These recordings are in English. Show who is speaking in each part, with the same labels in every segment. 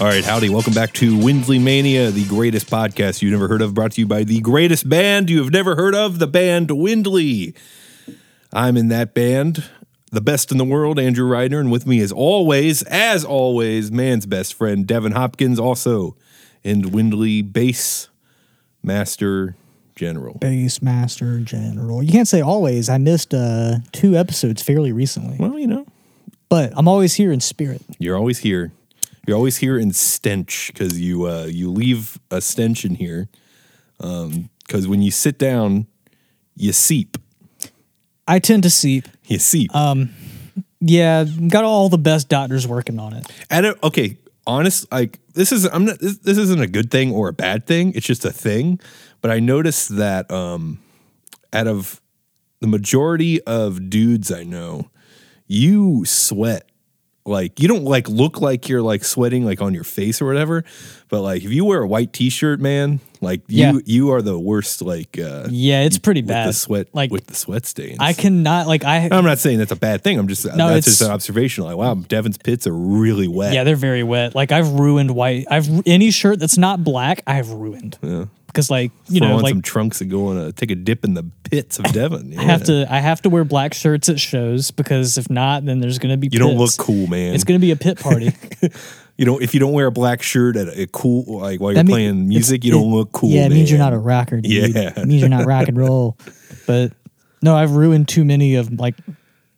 Speaker 1: All right, howdy. Welcome back to Winsley Mania, the greatest podcast you've never heard of, brought to you by the greatest band you have never heard of, the band Windley. I'm in that band, the best in the world, Andrew Ryder, and with me as always, as always, man's best friend, Devin Hopkins, also in Windley bass master general.
Speaker 2: Base Master General. You can't say always. I missed uh, two episodes fairly recently,
Speaker 1: Well, you know,
Speaker 2: but I'm always here in spirit.
Speaker 1: you're always here. You're always here in stench because you uh, you leave a stench in here. Because when you sit down, you seep.
Speaker 2: I tend to seep.
Speaker 1: You seep.
Speaker 2: Yeah, got all the best doctors working on it.
Speaker 1: At a, okay, honest, like this is I'm not this, this isn't a good thing or a bad thing. It's just a thing. But I noticed that um, out of the majority of dudes I know, you sweat. Like you don't like look like you're like sweating like on your face or whatever, but like if you wear a white t-shirt, man, like you
Speaker 2: Yeah.
Speaker 1: you are the worst like uh
Speaker 2: Yeah, it's pretty
Speaker 1: with
Speaker 2: bad.
Speaker 1: the sweat
Speaker 2: like
Speaker 1: with the sweat stains.
Speaker 2: I cannot like I
Speaker 1: I'm not saying that's a bad thing. I'm just that's
Speaker 2: it's-
Speaker 1: just an observational. Like wow, Devin's pits are really wet.
Speaker 2: yeah, they're very wet. Like I've ruined white. I've any shirt that's not black, I've ruined. Yeah. Because like you
Speaker 1: throw
Speaker 2: know
Speaker 1: on
Speaker 2: like
Speaker 1: some trunks and go on a take a dip in the pits of Devon.
Speaker 2: I have to I have to wear black shirts at shows because if not, then there's gonna be
Speaker 1: You don't
Speaker 2: pits.
Speaker 1: look cool, man.
Speaker 2: It's gonna be a pit party.
Speaker 1: you know, if you don't wear a black shirt at a cool like while you're
Speaker 2: That mean-
Speaker 1: playing
Speaker 2: it's-
Speaker 1: music, you
Speaker 2: it-
Speaker 1: don't look cool.
Speaker 2: Yeah, it means you're
Speaker 1: man.
Speaker 2: not a rocker. Dude.
Speaker 1: Yeah.
Speaker 2: it means you're not rock and roll. But no, I've ruined too many of like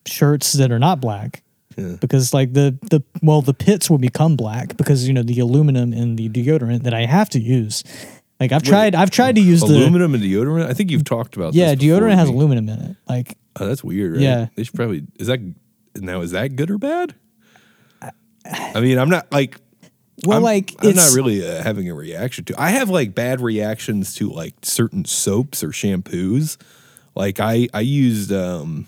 Speaker 2: shirts that are not black because like the the well the pits will become black because you know the aluminum and the deodorant that I have to use. Like I've tried, I've tried to use the
Speaker 1: aluminum and deodorant. I think you've talked about.
Speaker 2: yeah
Speaker 1: this before
Speaker 2: deodorant
Speaker 1: with
Speaker 2: has
Speaker 1: me.
Speaker 2: aluminum in it. Like
Speaker 1: Oh, that's weird. Right?
Speaker 2: Yeah.
Speaker 1: they should probably is that now is that good or bad? I mean, I'm not like
Speaker 2: well,
Speaker 1: I'm,
Speaker 2: like
Speaker 1: I'm
Speaker 2: it's
Speaker 1: not really uh, having a reaction to. I have like bad reactions to like certain soaps or shampoos. Like I I used um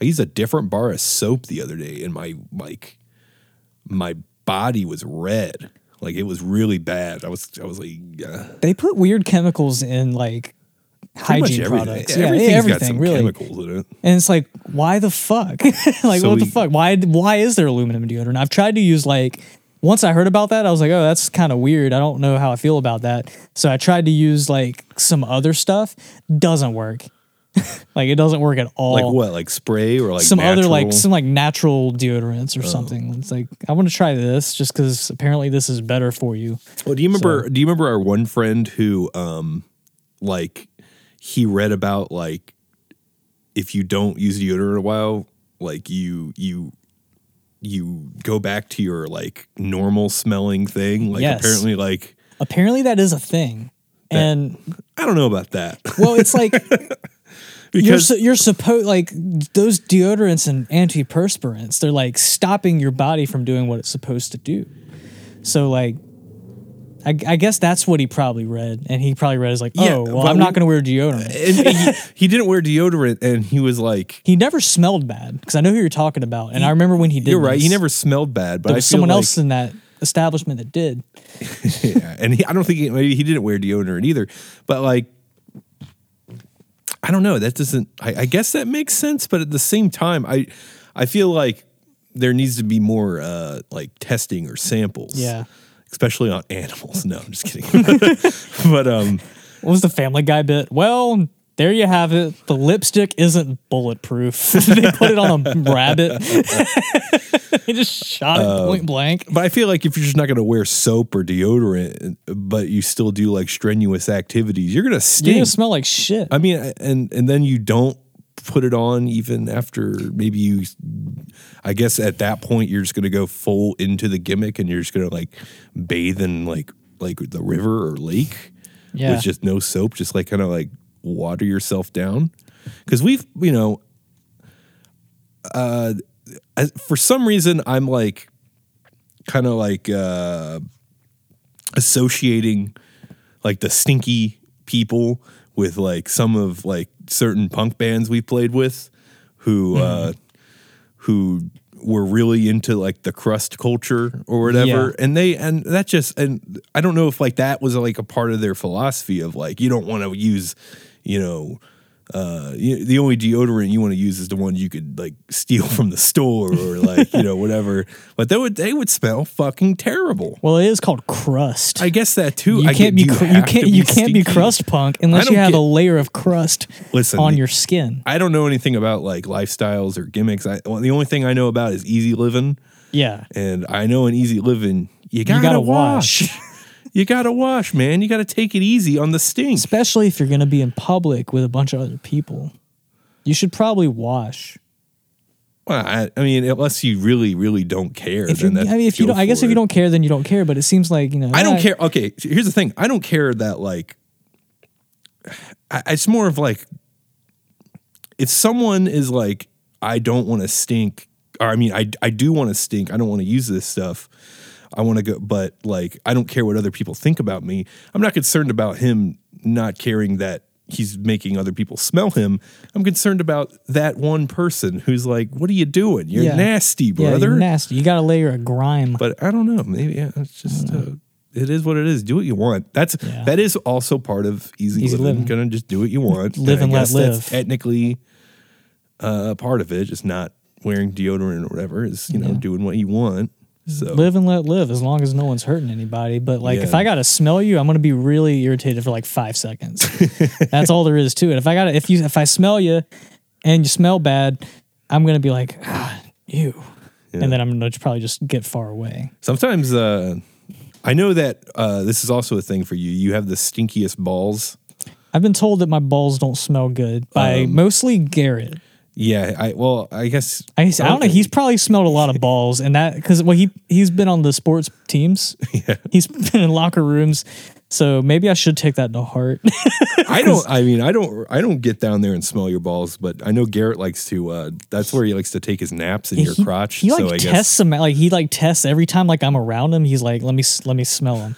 Speaker 1: I used a different bar of soap the other day and my like my body was red. Like it was really bad. I was I was like uh,
Speaker 2: they put weird chemicals in like
Speaker 1: pretty much
Speaker 2: hygiene
Speaker 1: everything.
Speaker 2: products. Yeah,
Speaker 1: Everything's
Speaker 2: everything
Speaker 1: got some
Speaker 2: really.
Speaker 1: chemicals in it.
Speaker 2: And it's like, why the fuck? like,
Speaker 1: So
Speaker 2: what the
Speaker 1: we-
Speaker 2: fuck? Why why is there aluminum deodorant? I've tried to use like once I heard about that, I was like, oh, that's kind of weird. I don't know how I feel about that. So I tried to use like some other stuff. Doesn't work. like it doesn't work at all.
Speaker 1: Like what? Like spray or like
Speaker 2: some other like
Speaker 1: natural? Oh.
Speaker 2: some like natural deodorants or something. It's like I want to try this just because apparently this is better for you.
Speaker 1: Well, do you remember? Do you remember our one friend who, um, like, he read about like if you don't use deodorant a while, like you you you go back to your like normal smelling thing. Like
Speaker 2: Yes.
Speaker 1: apparently, like
Speaker 2: Apparently that is a thing. And
Speaker 1: I don't know about that
Speaker 2: well, it's like you're
Speaker 1: because
Speaker 2: su- you're supposed like those deodorants and antiperspirants. They're like stopping your body from doing what it's supposed to do. So like, I, I guess that's what he probably read, and he probably read is like, oh,
Speaker 1: Yeah,
Speaker 2: well,
Speaker 1: but uh,
Speaker 2: I'm not
Speaker 1: we-
Speaker 2: going to wear deodorant.
Speaker 1: and he, he didn't wear deodorant, and he was like.
Speaker 2: He never smelled bad because I know who you're talking about, and I remember when he did.
Speaker 1: You're right. He
Speaker 2: this,
Speaker 1: never smelled bad, but I
Speaker 2: There was
Speaker 1: feel
Speaker 2: someone
Speaker 1: like-
Speaker 2: else in that establishment that did.
Speaker 1: yeah, and he, I don't think he, maybe he didn't wear deodorant either, but like, I don't know. That doesn't. I, I guess that makes sense, but at the same time, I I feel like there needs to be more uh like testing or samples.
Speaker 2: Yeah.
Speaker 1: especially on animals. No, I'm just kidding. but um,
Speaker 2: What was the Family Guy bit? Well. There you have it. The lipstick isn't bulletproof. they put it on a rabbit. they just shot it
Speaker 1: Oh.
Speaker 2: point blank.
Speaker 1: but I feel like if you're just not going to wear soap or deodorant, but you still do like strenuous activities, you're gonna
Speaker 2: You're
Speaker 1: stink.
Speaker 2: gonna smell like shit.
Speaker 1: I mean, and and then you don't put it on even after maybe you. I guess at that point you're just gonna go full into the gimmick and you're just gonna like bathe in like like the river or lake
Speaker 2: Yeah.
Speaker 1: with just no soap, just like kind of like water yourself down. Because we've you know, uh, I, for some reason I'm like kind of like uh associating like the stinky people with like some of like certain punk bands we played with who uh who were really into like the crust culture or whatever
Speaker 2: Yeah.
Speaker 1: and they and that just and I don't know if like that was like a part of their philosophy of like you don't want to use you know uh, you, the only deodorant you want to use is the one you could like steal from the store or like you know whatever. But they would they would smell fucking terrible.
Speaker 2: Well, it is called crust.
Speaker 1: I guess that too.
Speaker 2: you
Speaker 1: I
Speaker 2: can't
Speaker 1: get-
Speaker 2: be
Speaker 1: do
Speaker 2: cr- you
Speaker 1: have to
Speaker 2: can't you can't be
Speaker 1: stinky?
Speaker 2: crust punk
Speaker 1: I
Speaker 2: unless you
Speaker 1: don't
Speaker 2: have
Speaker 1: get-
Speaker 2: a layer of crust
Speaker 1: Listen,
Speaker 2: on
Speaker 1: the-
Speaker 2: your skin.
Speaker 1: I don't know anything about like lifestyles or gimmicks. I, well, the only thing I know about is easy living,
Speaker 2: Yeah.
Speaker 1: and I know in easy living you gotta,
Speaker 2: gotta
Speaker 1: wash. you gotta wash, man. You gotta take it easy on the stink.
Speaker 2: Especially if you're going to be in public with a bunch of other people. You should probably wash.
Speaker 1: Well, I, I mean, unless you really, really don't care,
Speaker 2: If you, I
Speaker 1: then that's
Speaker 2: mean, if you don't, I guess if you don't care, then you don't care. But it seems like you know.
Speaker 1: I don't
Speaker 2: yeah,
Speaker 1: care. Okay, here's the thing. I don't care that like. I, it's more of like, if someone is like, I don't want to stink, or I mean, I I do want to stink. I don't want to use this stuff. I want to go, but like, I don't care what other people think about me. I'm not concerned about him not caring that he's making other people smell him. I'm concerned about that one person who's like, "What are you doing? You're
Speaker 2: Yeah.
Speaker 1: nasty,
Speaker 2: Yeah,
Speaker 1: brother."
Speaker 2: you're nasty. You got a layer of grime.
Speaker 1: but I don't know. Maybe yeah, it's just uh, it is what it is. Do what you want. That's
Speaker 2: Hmm. Yeah.
Speaker 1: that is also part of easy,
Speaker 2: Easy
Speaker 1: living.
Speaker 2: living.
Speaker 1: Gonna just do what you want.
Speaker 2: Live
Speaker 1: I
Speaker 2: and let
Speaker 1: guess that's
Speaker 2: live.
Speaker 1: Technically, uh, part of it, just not wearing deodorant or whatever, is you know doing what you want. So
Speaker 2: Live and let live as long as no one's hurting anybody. But like if
Speaker 1: Yeah.
Speaker 2: I gotta smell you, I'm gonna be really irritated for like five seconds. That's all there is to it. If I gotta if you if I smell you and you smell bad, I'm gonna be like, ah, ew. And then I'm gonna probably just get far away.
Speaker 1: sometimes uh, I know that uh, this is also a thing for you. You have the stinkiest balls.
Speaker 2: I've been told that my balls don't smell good by
Speaker 1: Um,
Speaker 2: mostly Garrett.
Speaker 1: Yeah, I well, I guess
Speaker 2: I, guess- I don't know. He's probably smelled a lot of balls, and that because well, he he's been on the sports teams. Yeah. He's been in locker rooms, so maybe I should take that to heart.
Speaker 1: I don't. I mean, I don't. I don't get down there and smell your balls, but I know Garrett likes to. Uh, that's where he likes to take his naps in your
Speaker 2: he,
Speaker 1: crotch.
Speaker 2: He like
Speaker 1: I
Speaker 2: tests them. Like he like tests every time. Like I'm around him, he's like, let me s- let me smell him,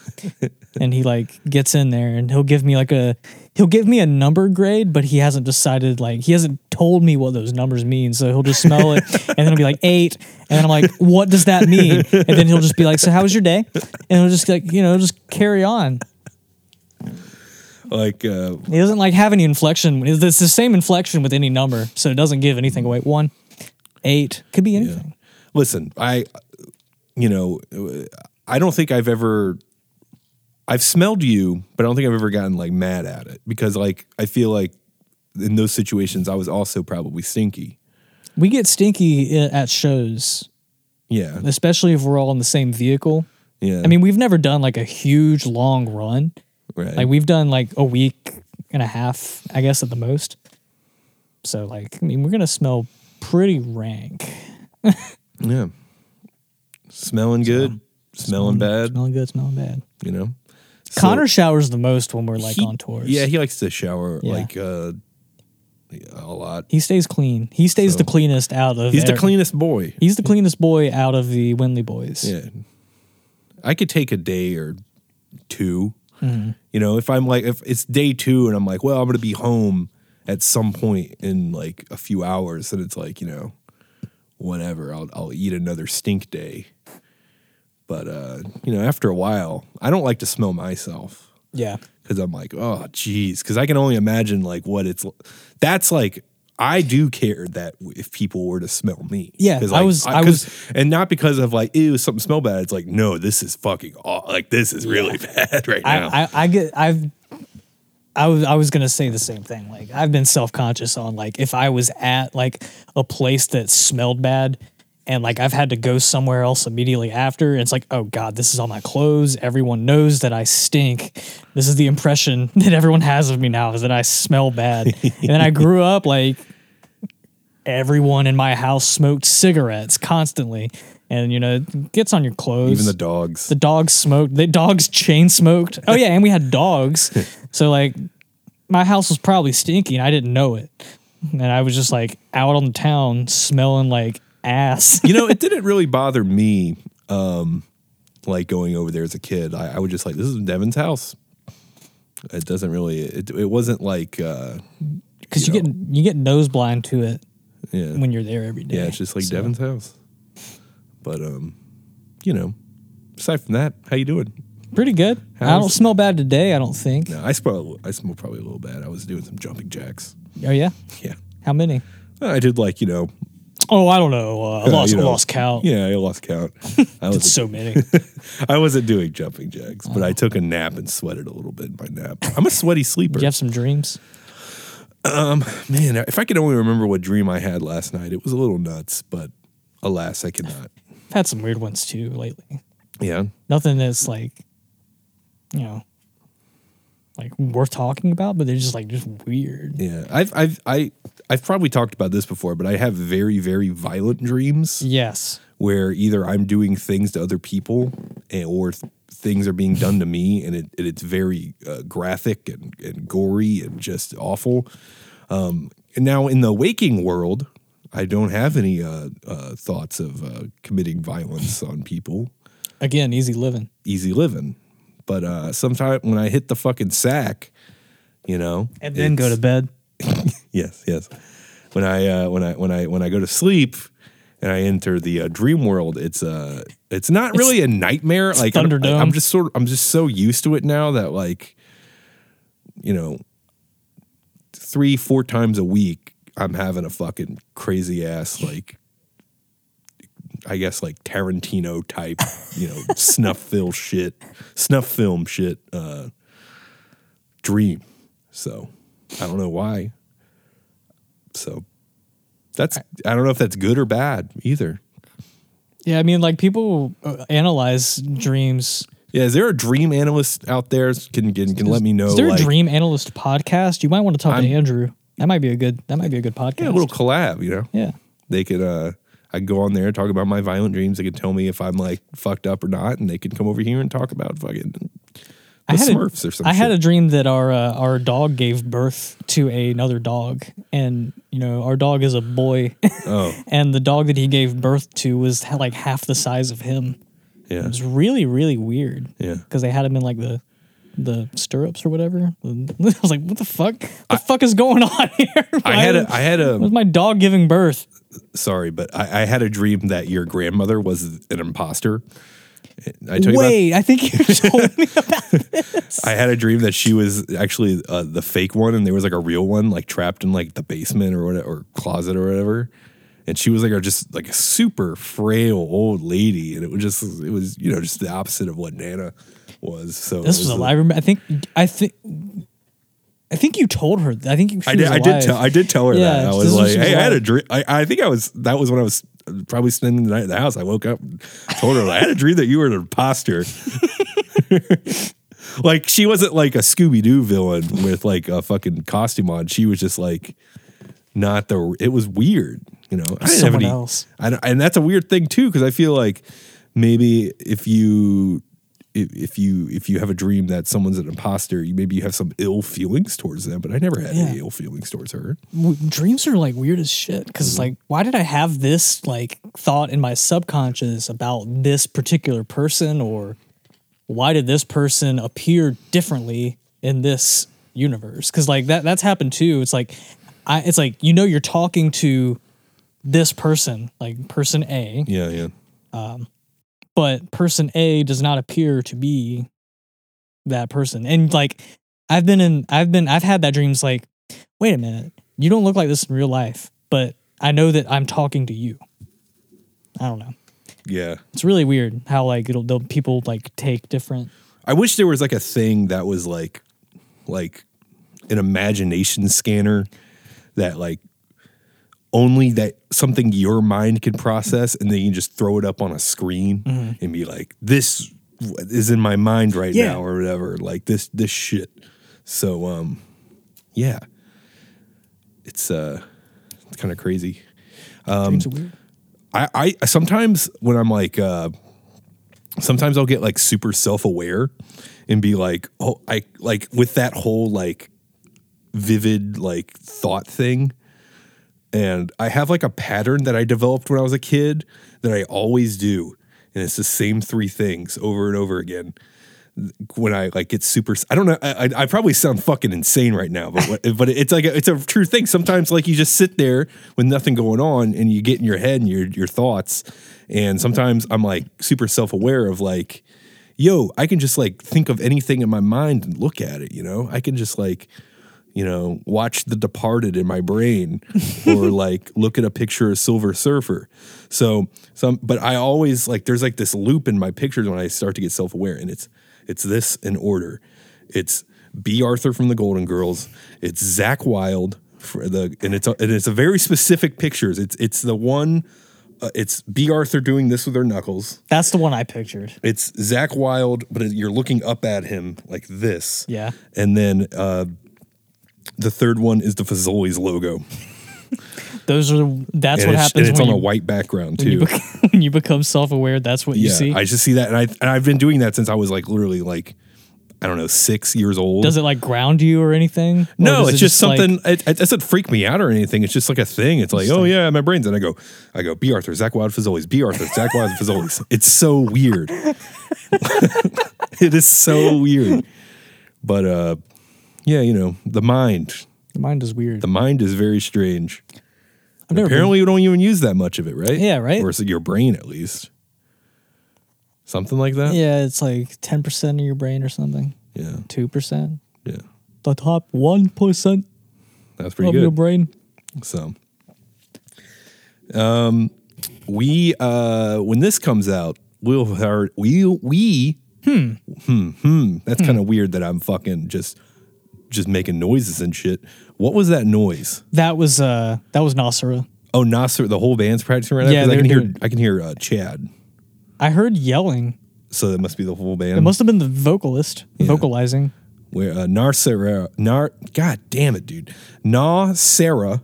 Speaker 2: and he like gets in there and he'll give me like a he'll give me a number grade, but he hasn't decided like he hasn't told me what those numbers mean. So he'll just smell it and then he'll be like eight, and then I'm like, what does that mean? And then he'll just be like, so how was your day? And he'll just like you know just carry on.
Speaker 1: like uh,
Speaker 2: He doesn't like have any inflection. It's it's the same inflection with any number, so it doesn't give anything away. One, eight could be anything.
Speaker 1: listen. I, you know, I don't think I've ever. I've smelled you, but I don't think I've ever gotten like mad at it because like I feel like in those situations I was also probably stinky.
Speaker 2: We get stinky i- at shows,
Speaker 1: Yeah,
Speaker 2: especially if we're all in the same vehicle.
Speaker 1: yeah.
Speaker 2: I mean, we've never done like a huge long run.
Speaker 1: right.
Speaker 2: Like we've done like a week and a half, I guess at the most. So like, I mean, we're gonna smell pretty rank.
Speaker 1: yeah, smelling good, smelling bad.
Speaker 2: Smelling good, smelling bad.
Speaker 1: You know, Uh, So-
Speaker 2: Connor showers the most when we're like
Speaker 1: He-
Speaker 2: on tours.
Speaker 1: Yeah, he likes to shower
Speaker 2: Yeah.
Speaker 1: like uh, a lot.
Speaker 2: he stays clean. He stays the cleanest out of.
Speaker 1: He's the
Speaker 2: every-
Speaker 1: cleanest boy.
Speaker 2: He's the cleanest boy out of the Winley boys.
Speaker 1: Yeah, I could take a day or 2
Speaker 2: Mm-hmm.
Speaker 1: You know, if I'm like if it's day two and I'm like, well, I'm gonna be home at some point in like a few hours, and it's like you know, whatever. I'll I'll eat another stink day. But uh, you know, after a while, I don't like to smell myself.
Speaker 2: Yeah.
Speaker 1: because I'm like, oh, geez, because I can only imagine like what it's. That's like I do care that if people were to smell me,
Speaker 2: Yeah,
Speaker 1: 'Cause,
Speaker 2: I
Speaker 1: like,
Speaker 2: was- I
Speaker 1: 'cause- and not because of like ew, something smell bad. It's like no, this is fucking aw- like this is really bad right now.
Speaker 2: I, I, I get I've I was I was gonna say the same thing. Like I've been self conscious on like if I was at like a place that smelled bad and like I've had to go somewhere else immediately after, and it's like, oh God, this is on my clothes. Everyone knows that I stink. This is the impression that everyone has of me now is that I smell bad. and then I grew up like everyone in my house smoked cigarettes constantly. And you know, it gets on your clothes
Speaker 1: Even the dogs.
Speaker 2: the dogs smoked. The dogs chain smoked. Oh yeah, and we had dogs. so like, my house was probably stinky, and I didn't know it. And I was just like out on the town smelling like ass.
Speaker 1: you know, it didn't really bother me. Um, like going over there as a kid, I, I was just like, this is Devin's house. It doesn't really. It, it wasn't like. uh
Speaker 2: Because you get you get nose blind to it
Speaker 1: Yeah.
Speaker 2: when you're there every day.
Speaker 1: Yeah, it's just like
Speaker 2: So,
Speaker 1: Devin's house. But um, you know, aside from that, how you doing?
Speaker 2: Pretty good. I
Speaker 1: How's-
Speaker 2: don't smell bad today. I don't think.
Speaker 1: No, I smell. I smell probably a little bad. I was doing some jumping jacks.
Speaker 2: Oh yeah.
Speaker 1: Yeah.
Speaker 2: How many?
Speaker 1: I did like, you know,
Speaker 2: Oh, I don't know. Uh, I
Speaker 1: uh,
Speaker 2: lost
Speaker 1: you know,
Speaker 2: lost count.
Speaker 1: Yeah, I lost count. I
Speaker 2: Did
Speaker 1: was
Speaker 2: so many.
Speaker 1: I wasn't doing jumping jacks, but I took a nap and sweated a little bit in my nap. I'm a sweaty sleeper.
Speaker 2: you have some dreams.
Speaker 1: Man, if I could only remember what dream I had last night, it was a little nuts, but alas, I cannot.
Speaker 2: I've had some weird ones too lately.
Speaker 1: Yeah.
Speaker 2: Nothing that's like, you know, like worth talking about, but they're just like just weird.
Speaker 1: Yeah. I've I've I I've probably talked about this before, but I have very, very violent dreams
Speaker 2: Yes.
Speaker 1: where either I'm doing things to other people and, or th- things are being done to me and, it, and it's very uh, graphic and, and gory and just awful. Um, And now in the waking world, I don't have any uh, uh, thoughts of uh, committing violence on people.
Speaker 2: Again, easy living.
Speaker 1: Easy living, but uh, sometimes when I hit the fucking sack, you know,
Speaker 2: And then go
Speaker 1: it's-
Speaker 2: to bed.
Speaker 1: yes, yes. When I uh, when I when I when I go to sleep and I enter the uh, dream world, it's uh it's not really a nightmare. Like I'm,
Speaker 2: Thunderdome.
Speaker 1: I'm just sort of I'm just so used to it now that like you know three four times a week I'm having a fucking crazy ass like. I guess like Tarantino type, you know, snuff film shit, snuff film shit, uh, dream. So I don't know why. So that's I don't know if that's good or bad either.
Speaker 2: Yeah, I mean, like people uh, analyze dreams.
Speaker 1: Yeah, is there a dream analyst out there can can, can let me know?
Speaker 2: Is there
Speaker 1: like,
Speaker 2: a dream analyst podcast? You might want to talk to
Speaker 1: I'm-
Speaker 2: Andrew. That might be a good. That might be a good podcast.
Speaker 1: Yeah, a little collab, you know?
Speaker 2: yeah.
Speaker 1: They could uh I could go on there and talk about my violent dreams. They could tell me if I'm like fucked up or not, and they could come over here and talk about fucking the
Speaker 2: I had a-
Speaker 1: Smurfs or something.
Speaker 2: I had a dream that our uh, our dog gave birth to another dog, and you know our dog is a boy,
Speaker 1: oh
Speaker 2: and the dog that he gave birth to was ha- like half the size of him. It
Speaker 1: yeah
Speaker 2: was really really weird.
Speaker 1: Yeah.
Speaker 2: because they had him in like the the stirrups or whatever. And I was like, what the fuck? What the fuck is going on here?
Speaker 1: I had a I had
Speaker 2: was
Speaker 1: a
Speaker 2: my dog giving birth.
Speaker 1: sorry, but I, I had a dream that your grandmother was an imposter. I told you about
Speaker 2: Wait, I think you told me.
Speaker 1: I had a dream that she was actually uh, the fake one, and there was like a real one, like trapped in like the basement or whatever, or closet or whatever. And she was like a just like a super frail old lady, and it was just it was you know just the opposite of what Nana was. So
Speaker 2: This
Speaker 1: it
Speaker 2: was
Speaker 1: a-
Speaker 2: alive. I remember- I think. I think. I think you told her. I think you. she
Speaker 1: I
Speaker 2: was
Speaker 1: did, I did
Speaker 2: alive.
Speaker 1: tell I did tell her
Speaker 2: Yeah,
Speaker 1: that I
Speaker 2: this
Speaker 1: was
Speaker 2: is when
Speaker 1: like,
Speaker 2: she was
Speaker 1: hey, I had a
Speaker 2: alive.
Speaker 1: dream. I, I think I was that was when I was probably spending the night at the house. I woke up, and told her I had a dream that you were an imposter. like she wasn't like a Scooby Doo villain with like a fucking costume on. She was just like not the. It was weird, you know. I didn't
Speaker 2: Someone else.
Speaker 1: I don't- and that's a weird thing too because I feel like maybe if you. If if you if you have a dream that someone's an imposter, you maybe you have some ill feelings towards them. But I never had
Speaker 2: Yeah.
Speaker 1: any ill feelings towards her.
Speaker 2: w- dreams are like weird as shit because it's like why did i have this like thought in my subconscious about this particular person or why did this person appear differently in this universe because like that that's happened too it's like i it's like you know you're talking to this person like person a
Speaker 1: Yeah, yeah.
Speaker 2: Um, but person A does not appear to be that person. And like I've been in I've been I've had that dreams like, wait a minute, you don't look like this in real life, but I know that I'm talking to you. I don't know.
Speaker 1: Yeah.
Speaker 2: It's really weird how like it'll they'll, people like take different
Speaker 1: I wish there was like a thing that was like like an imagination scanner that like only that something your mind can process and then you just throw it up on a screen and be like this is in my mind right
Speaker 2: Yeah.
Speaker 1: now or whatever like this this shit. So um yeah. It's uh it's kind of crazy. Um,
Speaker 2: dreams are weird.
Speaker 1: I, I sometimes when I'm like, uh, sometimes I'll get like super self aware and be like, oh, I like with that whole like vivid like thought thing. And I have like a pattern that I developed when I was a kid that I always do. And it's the same three things over and over again. When I like get super, I don't know. I, I, I probably sound fucking insane right now, but what, but it's like a, it's a true thing. Sometimes like you just sit there with nothing going on, and you get in your head and your your thoughts. And sometimes I'm like super self aware of like, yo, I can just like think of anything in my mind and look at it. You know, I can just like you know, watch The Departed in my brain or like look at a picture of Silver Surfer. So some but I always like there's like this loop in my pictures when I start to get self-aware and it's it's this in order. It's B Arthur from the Golden Girls, it's Zach Wilde for the and it's a, and it's a very specific pictures. It's it's the one uh, it's B Arthur doing this with her knuckles.
Speaker 2: That's the one I pictured.
Speaker 1: It's Zach Wilde, but you're looking up at him like this.
Speaker 2: Yeah.
Speaker 1: And then uh, the third one is the Fazoli's logo.
Speaker 2: Those are the, that's
Speaker 1: And
Speaker 2: what
Speaker 1: it's,
Speaker 2: happens
Speaker 1: and it's
Speaker 2: when,
Speaker 1: on
Speaker 2: you,
Speaker 1: a white background
Speaker 2: when, you
Speaker 1: too.
Speaker 2: bec- when you become self-aware. That's what you
Speaker 1: yeah,
Speaker 2: see.
Speaker 1: I just see that, and I and I've been doing that since I was like literally like I don't know six years old.
Speaker 2: does it like ground you or anything? Or
Speaker 1: no,
Speaker 2: does
Speaker 1: it's
Speaker 2: it
Speaker 1: just
Speaker 2: like-
Speaker 1: something. it, it doesn't freak me out or anything. It's just like a thing. It's like, oh yeah, my brain's. And I go, I go, B Arthur, Zach Wild Fazoli's, B Arthur, Zach Wild Fazoli's. It's so weird. it is so weird. But uh, yeah, you know, the mind.
Speaker 2: Mine is weird.
Speaker 1: The mind is very strange.
Speaker 2: I've never
Speaker 1: Apparently, we don't even use that much of it, right?
Speaker 2: Yeah, right?
Speaker 1: Or is it your brain, at least. Something like that?
Speaker 2: been- yeah, it's like ten percent of your brain or something.
Speaker 1: Yeah.
Speaker 2: Two percent.
Speaker 1: yeah.
Speaker 2: The top one percent
Speaker 1: That's
Speaker 2: of
Speaker 1: pretty
Speaker 2: your
Speaker 1: good.
Speaker 2: brain.
Speaker 1: So, um, we, uh, when this comes out, we'll have heard, we, we, hmm, hmm, hmm. That's kind of weird that I'm fucking just, just making noises and shit. What was that noise?
Speaker 2: That was uh that was Nasra.
Speaker 1: Oh, Nasser, the whole band's practicing right now?
Speaker 2: Yeah,
Speaker 1: 'Cause I
Speaker 2: they're
Speaker 1: can hear,
Speaker 2: doing-
Speaker 1: I can hear, uh, Chad.
Speaker 2: I heard yelling.
Speaker 1: So that must be the whole band.
Speaker 2: It must have been the vocalist vocalizing.
Speaker 1: where uh, Nar Sarah, Nar, God damn it, dude, Na Sarah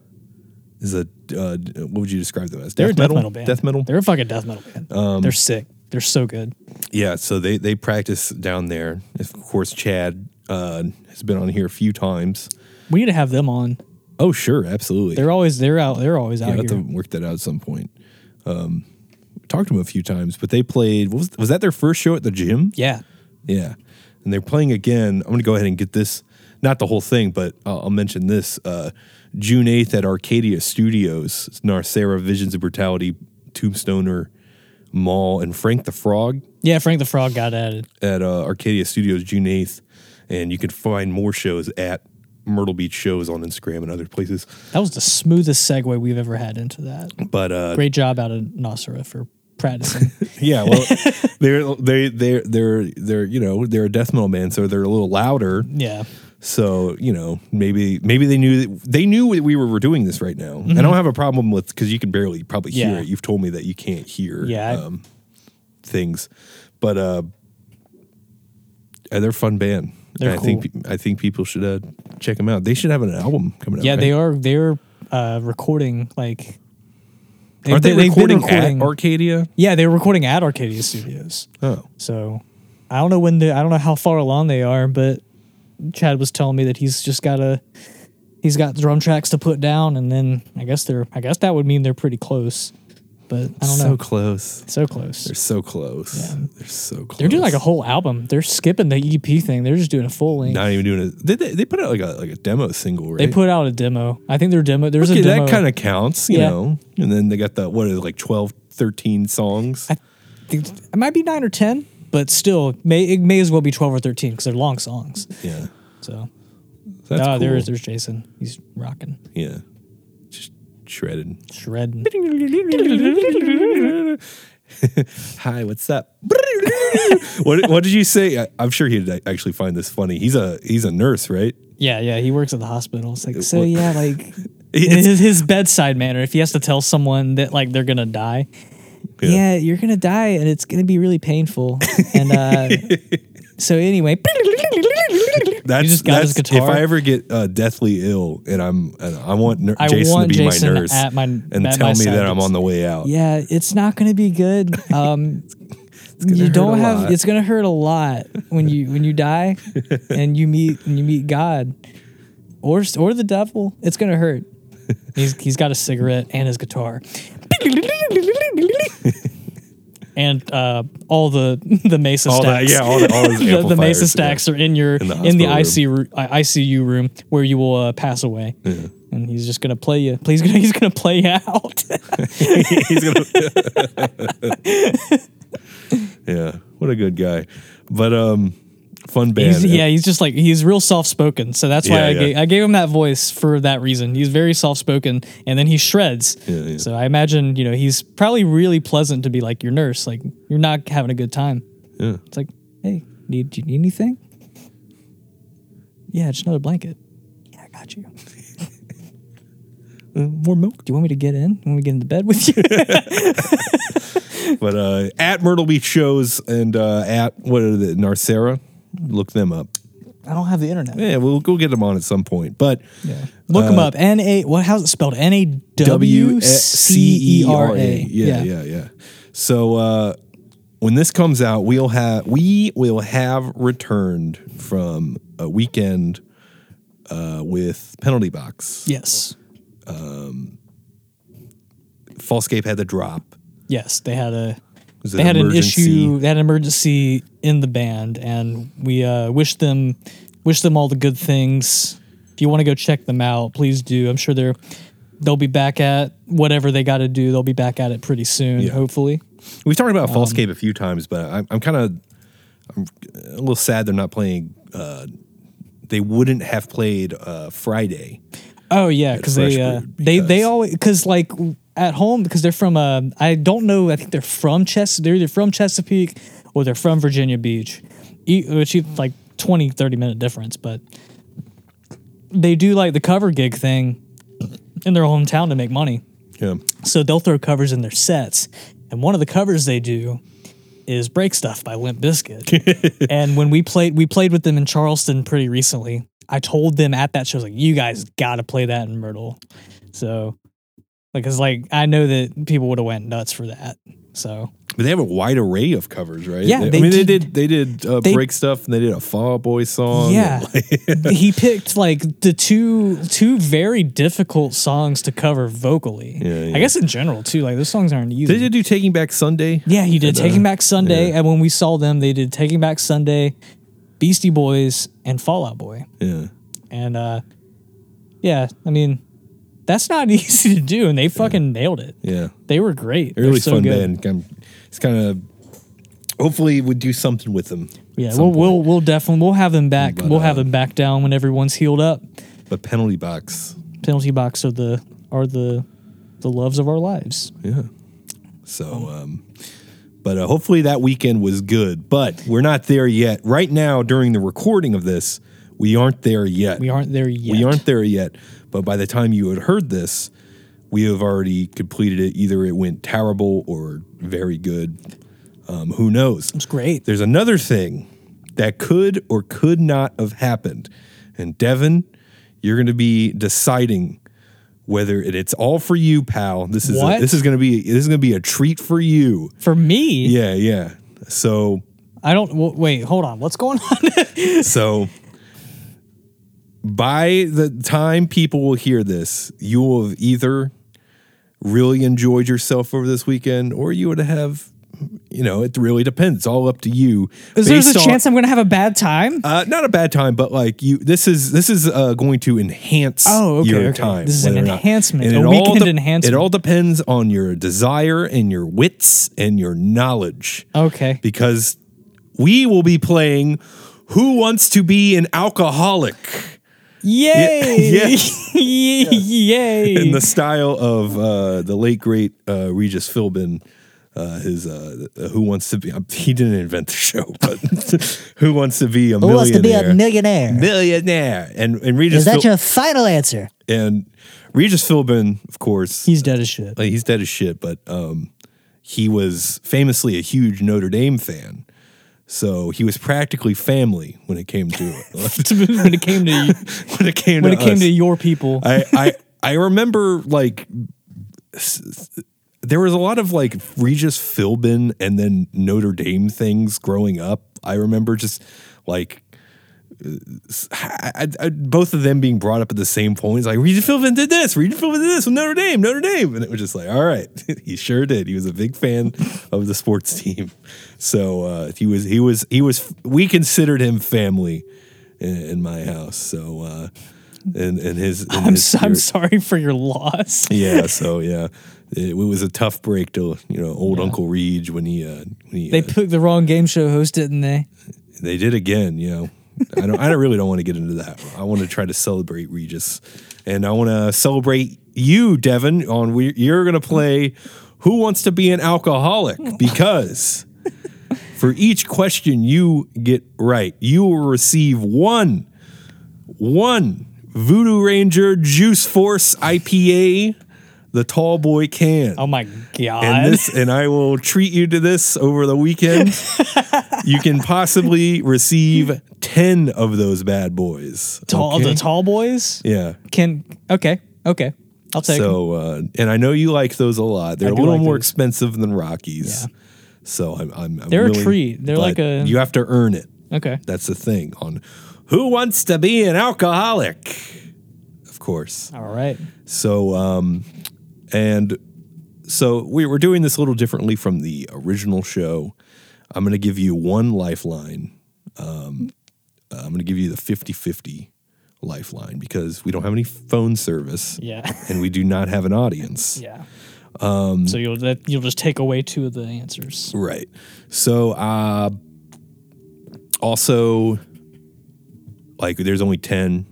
Speaker 1: is a uh, what would you describe them as?
Speaker 2: They're a death metal band.
Speaker 1: Death metal. Um,
Speaker 2: They're a fucking death metal band. They're sick. They're so good.
Speaker 1: Yeah, so they they practice down there. Of course, Chad uh, has been on here a few times.
Speaker 2: We need to have them on.
Speaker 1: Oh sure, absolutely.
Speaker 2: They're always they're out. They're always out
Speaker 1: I have
Speaker 2: here.
Speaker 1: to work that out at some point. Um, talked to them a few times, but they played. What was was that their first show at the gym?
Speaker 2: yeah.
Speaker 1: Yeah. And they're playing again. I'm going to go ahead and get this, not the whole thing, but I'll, I'll mention this. Uh, June 8th at Arcadia Studios, it's Narcera Visions of Brutality, Tombstoner Mall, and Frank the Frog
Speaker 2: Yeah, Frank the Frog got added.
Speaker 1: at uh, Arcadia Studios June 8th. And you can find more shows at Myrtle Beach Shows on Instagram and other places.
Speaker 2: That was the smoothest segue we've ever had into that.
Speaker 1: But uh,
Speaker 2: Great job out of Nasra for practicing.
Speaker 1: yeah, well, they're, they, they're, they're, they're, you know, they're a death metal band, so they're a little louder.
Speaker 2: yeah.
Speaker 1: So you know, maybe maybe they knew that, they knew that we were doing this right now. And I don't have a problem with because you can barely probably hear
Speaker 2: Mm-hmm. Yeah.
Speaker 1: it. You've told me that you can't hear
Speaker 2: Yeah. I-
Speaker 1: um, things, but uh, yeah, they're a fun band.
Speaker 2: They're
Speaker 1: And I think pe- I think people should uh, check them out. They should have an album coming out.
Speaker 2: Yeah,
Speaker 1: right?
Speaker 2: they are they're uh recording like they-
Speaker 1: Aren't they,
Speaker 2: they've been
Speaker 1: recording, at Arcadia?
Speaker 2: yeah, they were recording at Arcadia Studios.
Speaker 1: Oh,
Speaker 2: So I don't know when the I don't know how far along they are, but Chad was telling me that he's just got a he's got drum tracks to put down, and then I guess they're I guess that would mean they're pretty close, but I don't
Speaker 1: so
Speaker 2: know
Speaker 1: close.
Speaker 2: so close.
Speaker 1: They're so close. They're so close.
Speaker 2: They're doing like a whole album. They're skipping the EP thing. They're just doing a full length.
Speaker 1: not even doing it. They, they, they put out like a like a demo single, right?
Speaker 2: They put out a demo. I think their demo. There's
Speaker 1: Okay,
Speaker 2: a demo.
Speaker 1: that kind of counts, you
Speaker 2: Yeah.
Speaker 1: know. And then they got the what is it, like 12, 13 songs.
Speaker 2: I think it might be nine or ten, but still, may it may as well be twelve or thirteen because they're long songs.
Speaker 1: yeah,
Speaker 2: So
Speaker 1: that's
Speaker 2: Ah,
Speaker 1: cool.
Speaker 2: there's there's Jason. He's rocking,
Speaker 1: yeah, just shredded.
Speaker 2: shredding.
Speaker 1: Hi, what's up? what what did you say? I, I'm sure he'd a- actually find this funny. He's a he's a nurse, right?
Speaker 2: Yeah, yeah, he works at the hospital. It's like, so
Speaker 1: what-
Speaker 2: yeah, like
Speaker 1: It's-
Speaker 2: his, his bedside manner. If he has to tell someone that like they're gonna die,
Speaker 1: Yeah.
Speaker 2: yeah, you're gonna die, and it's gonna be really painful. And uh, so anyway,
Speaker 1: That's,
Speaker 2: just got
Speaker 1: that's-
Speaker 2: his guitar.
Speaker 1: If I ever get uh, deathly ill and I'm and I want ner-
Speaker 2: I
Speaker 1: Jason
Speaker 2: want
Speaker 1: to be
Speaker 2: Jason
Speaker 1: my nurse
Speaker 2: at my-
Speaker 1: and
Speaker 2: at my
Speaker 1: tell me
Speaker 2: side.
Speaker 1: that I'm on the way out.
Speaker 2: yeah, it's not gonna be good. Um,
Speaker 1: gonna
Speaker 2: you
Speaker 1: hurt
Speaker 2: don't
Speaker 1: a
Speaker 2: have.
Speaker 1: lot.
Speaker 2: It's gonna hurt a lot when you when you die, and you meet and you meet God, or or the devil. It's gonna hurt. He's he's got a cigarette and his guitar. And uh, all the the Mesa
Speaker 1: All that,
Speaker 2: stacks,
Speaker 1: yeah, all, the, all his
Speaker 2: the, the
Speaker 1: amplifiers,
Speaker 2: Mesa
Speaker 1: yeah.
Speaker 2: stacks are in your in
Speaker 1: the
Speaker 2: the,
Speaker 1: hospital
Speaker 2: ICU room. ICU room where you will uh, pass away, and he's just gonna play you. Please, he's gonna play you out.
Speaker 1: He's gonna. yeah, what a good guy. But um, Fun band.
Speaker 2: He's, yeah, he's just like he's real soft spoken, so that's why
Speaker 1: Yeah,
Speaker 2: I,
Speaker 1: yeah.
Speaker 2: Gave, I gave him that voice for that reason. He's very soft spoken, and then he shreds.
Speaker 1: Yeah, yeah.
Speaker 2: So I imagine you know he's probably really pleasant to be like your nurse. Like you're not having a good time.
Speaker 1: Yeah.
Speaker 2: It's like, hey, need do you need anything? Yeah, just another blanket. Yeah, I got you. Uh, More milk? Do you want me to get in? When we get into bed with you?
Speaker 1: But uh, at Myrtle Beach shows and uh, at what are the Narcera, look them up.
Speaker 2: I don't have the internet.
Speaker 1: Yeah, we'll go get them on at some point. But
Speaker 2: Yeah. Look them up. N A. What? How's it spelled? N A W C E R A.
Speaker 1: Yeah, yeah, yeah. So uh, when this comes out, we'll have we will have returned from a weekend uh, with penalty box.
Speaker 2: Yes.
Speaker 1: Falscape had the drop.
Speaker 2: Yes. They had a.
Speaker 1: was
Speaker 2: They
Speaker 1: an
Speaker 2: had an
Speaker 1: emergency.
Speaker 2: issue. They had an emergency in the band, and we uh, wish them, wish them all the good things. If you want to go check them out, please do. I'm sure they're, they'll be back at whatever they got to do. They'll be back at it pretty soon,
Speaker 1: Yeah.
Speaker 2: hopefully.
Speaker 1: We've talked
Speaker 2: Um,
Speaker 1: about Falscape a few times, but I'm, I'm kind of I'm a little sad they're not playing. Uh, they wouldn't have played uh, Friday.
Speaker 2: Oh yeah, because
Speaker 1: Fresh
Speaker 2: they uh,
Speaker 1: Brewed
Speaker 2: they they
Speaker 1: because-
Speaker 2: always because like w- at home because they're from uh, I don't know I think they're from Chess they're either from Chesapeake or they're from Virginia Beach, e- which is like 20, 30 minute difference, but they do like the cover gig thing in their hometown to make money.
Speaker 1: Yeah.
Speaker 2: So they'll throw covers in their sets, and one of the covers they do is "Break Stuff" by Limp Bizkit. and when we played, we played with them in Charleston pretty recently. I told them at that show, I was like, "You guys got to play that in Myrtle." So, like, it's like I know that people would have went nuts for that. So
Speaker 1: But they have a wide array of covers, right?
Speaker 2: Yeah,
Speaker 1: they, I
Speaker 2: they
Speaker 1: mean they
Speaker 2: did-
Speaker 1: did they did uh,
Speaker 2: they-
Speaker 1: break stuff and they did a Fall Out Boy song.
Speaker 2: yeah, he picked like the two two very difficult songs to cover vocally.
Speaker 1: Yeah, yeah.
Speaker 2: I guess in general too. Like those songs aren't easy.
Speaker 1: Did they do Taking Back Sunday?
Speaker 2: Yeah, he did
Speaker 1: And, uh,
Speaker 2: Taking Back Sunday, and when we saw them, they did Taking Back Sunday, Beastie Boys, and Fallout Boy,
Speaker 1: Yeah.
Speaker 2: and uh, yeah, I mean, that's not easy to do, and they fucking nailed it.
Speaker 1: Yeah.
Speaker 2: They were great. They're
Speaker 1: Really
Speaker 2: so
Speaker 1: fun
Speaker 2: good.
Speaker 1: band. I'm, it's kind of hopefully we do something with them.
Speaker 2: Yeah,
Speaker 1: at some
Speaker 2: we'll
Speaker 1: point.
Speaker 2: we'll we'll definitely we'll have them back.
Speaker 1: But,
Speaker 2: we'll
Speaker 1: uh,
Speaker 2: have them back down when everyone's healed up.
Speaker 1: But penalty box.
Speaker 2: Penalty box are the are the the loves of our lives.
Speaker 1: Yeah. So, um, but uh, hopefully that weekend was good. But we're not there yet. Right now, during the recording of this, we aren't there yet.
Speaker 2: We aren't there yet.
Speaker 1: We aren't there yet. But by the time you had heard this, we have already completed it. Either it went terrible or very good. Um, who knows?
Speaker 2: It's great.
Speaker 1: There's another thing that could or could not have happened. And Devin, you're going to be deciding whether it, it's all for you, pal. This is
Speaker 2: What?
Speaker 1: this is going to be this is going to be a treat for you.
Speaker 2: For me,
Speaker 1: Yeah, yeah. So
Speaker 2: I don't w- wait. Hold on. What's going on?
Speaker 1: so by the time people will hear this, you will have either really enjoyed yourself over this weekend or you would have you know, it really depends. It's all up to you.
Speaker 2: Is there
Speaker 1: based
Speaker 2: a
Speaker 1: on-
Speaker 2: chance I'm going to have a bad time?
Speaker 1: Uh, not a bad time, but like you, this is this is uh, going to enhance
Speaker 2: Oh, okay,
Speaker 1: your
Speaker 2: okay.
Speaker 1: time.
Speaker 2: This is an
Speaker 1: whether or not-
Speaker 2: enhancement,
Speaker 1: and
Speaker 2: a
Speaker 1: it all
Speaker 2: weekend enhancement.
Speaker 1: It all depends on your desire and your wits and your knowledge,
Speaker 2: Okay.
Speaker 1: because we will be playing "Who Wants to Be an Alcoholic"
Speaker 2: Yay!
Speaker 1: Yeah.
Speaker 2: Yay!
Speaker 1: in the style of uh, the late great uh, Regis Philbin. Uh, his uh, who wants to be? He didn't invent the show, but who wants to be a millionaire?
Speaker 2: millionaire?
Speaker 1: millionaire? And and Regis Phil-
Speaker 2: your final answer?
Speaker 1: and Regis Philbin, of course,
Speaker 2: He's dead as shit.
Speaker 1: like, he's dead as shit, but um, he was famously a huge Notre Dame fan. So he was practically family when it came to
Speaker 2: when it came to
Speaker 1: when it came
Speaker 2: when
Speaker 1: to
Speaker 2: it came
Speaker 1: us.
Speaker 2: to your people,
Speaker 1: I, I I remember like s- s- there was a lot of like Regis Philbin and then Notre Dame things growing up. I remember just like uh, s- I- I- I- both of them being brought up at the same point. It's like Regis Philbin did this, Regis Philbin did this with Notre Dame, Notre Dame, and it was just like, all right, he sure did. He was a big fan of the sports team, so uh, he was he was he was. We considered him family in, in my house, so. Uh, and, and his, and
Speaker 2: I'm
Speaker 1: his
Speaker 2: so, I'm
Speaker 1: spirit.
Speaker 2: sorry for your loss.
Speaker 1: Yeah, so yeah, it, it was a tough break to you know old Uncle Reed when he uh, when he
Speaker 2: They
Speaker 1: uh,
Speaker 2: picked the wrong game show host, didn't they?
Speaker 1: They did again, you know. I don't I don't really don't want to get into that. I want to try to celebrate Regis. And I want to celebrate you, Devin, on we, you're going to play Who Wants to Be an Alcoholic because for each question you get right, you will receive one one Voodoo Ranger Juice Force IPA, the Tall Boy can.
Speaker 2: Oh my god!
Speaker 1: and this and I will treat you to this over the weekend. you can possibly receive 10 of those bad boys.
Speaker 2: tall,
Speaker 1: okay?
Speaker 2: the tall boys
Speaker 1: Yeah.
Speaker 2: can okay, okay. I'll take. 'em.
Speaker 1: So uh, and I know you like those a lot. They're
Speaker 2: I
Speaker 1: a
Speaker 2: do
Speaker 1: little
Speaker 2: like
Speaker 1: more
Speaker 2: those.
Speaker 1: expensive than Rockies. So I'm I'm, I'm
Speaker 2: They're a
Speaker 1: willing-
Speaker 2: treat. They're like
Speaker 1: but
Speaker 2: a-
Speaker 1: You have to earn it.
Speaker 2: okay.
Speaker 1: That's the thing on who wants to be an alcoholic? Of course.
Speaker 2: All right.
Speaker 1: So, um, and so we, we're doing this a little differently from the original show. I'm going to give you one lifeline. Um, I'm going to give you the 50 50 lifeline because we don't have any phone service
Speaker 2: Yeah.
Speaker 1: and we do not have an audience.
Speaker 2: Yeah.
Speaker 1: Um,
Speaker 2: so you'll that, you'll just take away two of the answers.
Speaker 1: Right. So, uh, also, like, there's only 10,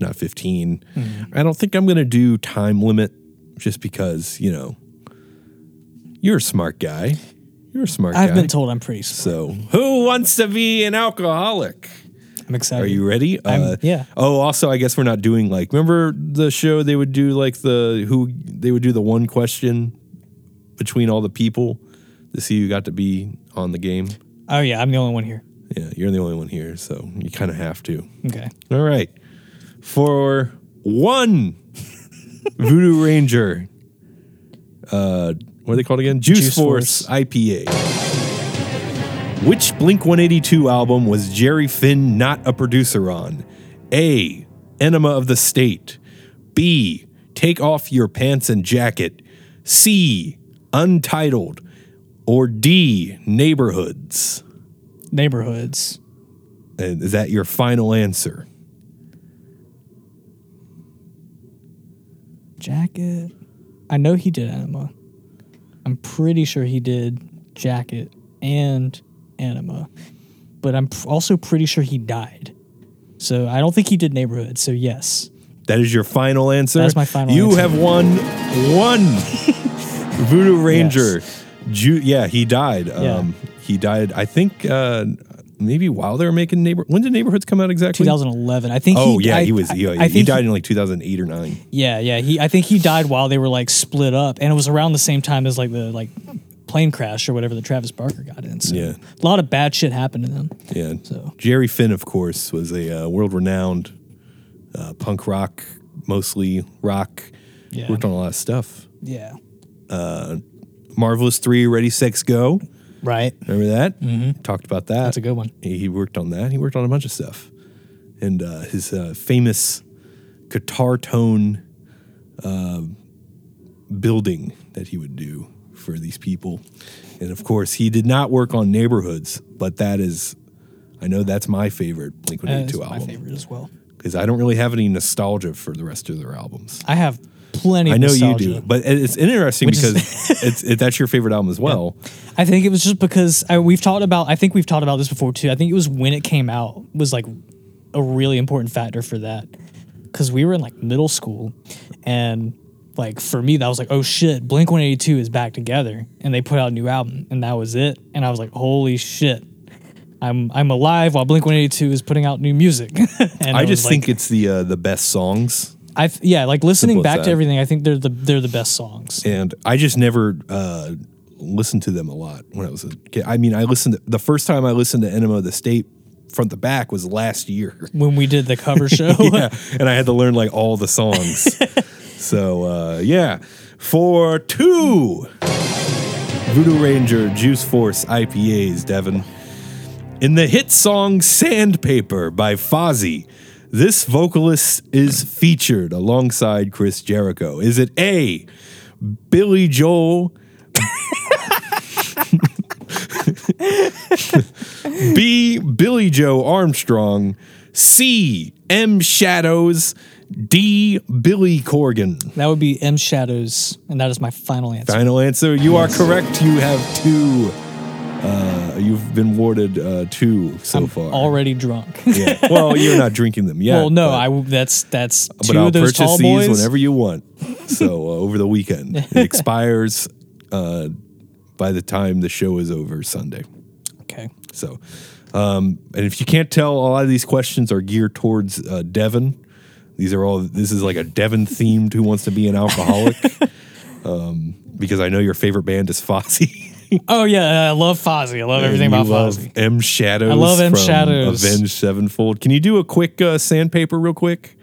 Speaker 1: not 15.
Speaker 2: Mm-hmm.
Speaker 1: I don't think I'm going to do time limit just because, you know, you're a smart guy. You're a smart
Speaker 2: I've
Speaker 1: guy.
Speaker 2: been told I'm pretty. Smart.
Speaker 1: so, who wants to be an alcoholic?
Speaker 2: I'm excited.
Speaker 1: Are you ready?
Speaker 2: I'm- yeah.
Speaker 1: Oh, also, I guess we're not doing like. Remember the show they would do like the who they would do the one question between all the people to see who got to be on the game.
Speaker 2: Oh yeah, I'm the only one here.
Speaker 1: Yeah, you're the only one here, so you kind of have to.
Speaker 2: Okay.
Speaker 1: All right, for one Voodoo Ranger. Uh, what are they called again? Juice,
Speaker 2: Juice
Speaker 1: Force
Speaker 2: Force.
Speaker 1: IPA. Which Blink 182 album was Jerry Finn not a producer on? A. Enema of the State. B. Take Off Your Pants and Jacket. C. Untitled. Or D. Neighborhoods.
Speaker 2: Neighborhoods.
Speaker 1: And is that your final answer?
Speaker 2: Jacket. I know he did anima. I'm pretty sure he did jacket and anima, but I'm pr- also pretty sure he died. So I don't think he did neighborhood. So yes,
Speaker 1: That is your final answer.
Speaker 2: That's my final
Speaker 1: You
Speaker 2: answer.
Speaker 1: have won one Voodoo Ranger. Ju- yeah, he died. Um, he died. I think uh, maybe while they were making neighbor. When did neighborhoods come out exactly?
Speaker 2: 2011. I think.
Speaker 1: Oh
Speaker 2: he,
Speaker 1: yeah,
Speaker 2: I-
Speaker 1: he was.
Speaker 2: I-
Speaker 1: He,
Speaker 2: I
Speaker 1: he
Speaker 2: think
Speaker 1: died in like 2008 or nine.
Speaker 2: Yeah, yeah. He I think he died while they were like split up, and it was around the same time as like the like plane crash or whatever that Travis Barker got in. So
Speaker 1: Yeah.
Speaker 2: a lot of bad shit happened to them.
Speaker 1: Yeah.
Speaker 2: So
Speaker 1: Jerry Finn, of course, was a uh, world-renowned uh, punk rock, mostly rock.
Speaker 2: yeah,
Speaker 1: Worked on a lot of stuff.
Speaker 2: yeah,
Speaker 1: Marvelous Three, Ready, Sex, Go.
Speaker 2: right.
Speaker 1: Remember that? Mm-hmm. Talked about that.
Speaker 2: That's a good one.
Speaker 1: He, he worked on that. He worked on a bunch of stuff, and uh, his uh, famous guitar tone uh, building that he would do for these people, and of course he did not work on Neighborhoods, but that is, I know that's my favorite Blink One
Speaker 2: Uh,
Speaker 1: Eighty
Speaker 2: it's
Speaker 1: Two
Speaker 2: my
Speaker 1: album
Speaker 2: favorite as well.
Speaker 1: because I don't really have any nostalgia for the rest of their albums.
Speaker 2: I have plenty.
Speaker 1: I
Speaker 2: of
Speaker 1: know
Speaker 2: nostalgia.
Speaker 1: you do, but it- it's interesting
Speaker 2: Which is-
Speaker 1: because it's it, that's your favorite album as well.
Speaker 2: I think it was just because I, we've talked about. I think we've talked about this before too. I think it was when it came out was like a really important factor for that because we were in like middle school, and like for me that was like oh shit, Blink One Eighty Two is back together, and they put out a new album, and that was it, and I was like holy shit. I'm I'm alive while Blink 182 is putting out new music. and
Speaker 1: I
Speaker 2: was
Speaker 1: just
Speaker 2: like-
Speaker 1: think it's the uh, the best songs
Speaker 2: I f- yeah, like listening
Speaker 1: Simple as
Speaker 2: back to
Speaker 1: that.
Speaker 2: everything, I think they're the they're the best songs.
Speaker 1: and I just never uh, listened to them a lot when I was a kid. I mean, I listened the first time I listened to Enema of the State front to back was last year,
Speaker 2: When we did the cover show,
Speaker 1: yeah, and I had to learn like all the songs. so uh, yeah, for two Voodoo Ranger Juice Force IPAs, Devin. In the hit song Sandpaper by Fozzy, this vocalist is featured alongside Chris Jericho. Is it A, Billy Joel? B, Billy Joe Armstrong? C, M Shadows? D, Billy Corgan?
Speaker 2: That would be M Shadows, and that is my final answer.
Speaker 1: Final answer. You are correct. You have two. Uh, You've been warded uh, two so far.
Speaker 2: Already drunk.
Speaker 1: Yeah. Well, you're not drinking them yet.
Speaker 2: well, no,
Speaker 1: but,
Speaker 2: I w that's that's two
Speaker 1: but I'll
Speaker 2: of those
Speaker 1: purchase
Speaker 2: tall
Speaker 1: these
Speaker 2: boys.
Speaker 1: whenever you want. So uh, over the weekend, it expires uh, by the time the show is over Sunday.
Speaker 2: Okay.
Speaker 1: So, um, and if you can't tell, a lot of these questions are geared towards uh, Devin. These are all. This is like a Devin themed Who Wants to Be an Alcoholic? um, because I know your favorite band is Fosse.
Speaker 2: Oh yeah, I love Fozzy. I love everything
Speaker 1: You
Speaker 2: about
Speaker 1: love
Speaker 2: Fozzy.
Speaker 1: M Shadows.
Speaker 2: I love M.
Speaker 1: from
Speaker 2: Shadows.
Speaker 1: Avenged Sevenfold. Can you do a quick uh, sandpaper, real quick?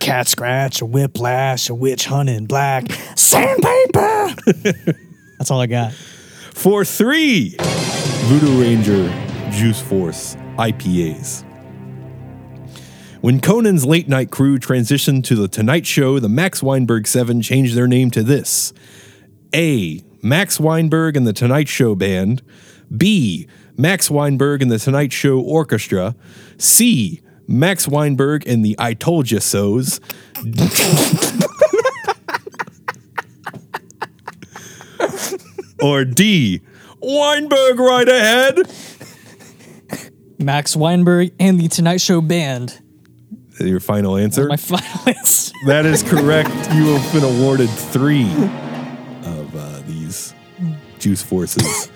Speaker 2: Cat scratch, a whiplash, a witch hunting, black sandpaper. that's all I got.
Speaker 1: For three, Voodoo Ranger Juice Force IPAs. When Conan's late night crew transitioned to the Tonight Show, the Max Weinberg Seven changed their name to this A. Max Weinberg and the Tonight Show Band. B. Max Weinberg and the Tonight Show Orchestra. C. Max Weinberg and the I Told Ya So's. or D. Weinberg right ahead.
Speaker 2: Max Weinberg and the Tonight Show Band.
Speaker 1: Your final answer.
Speaker 2: My final answer.
Speaker 1: That is correct. you have been awarded three of uh, these juice forces.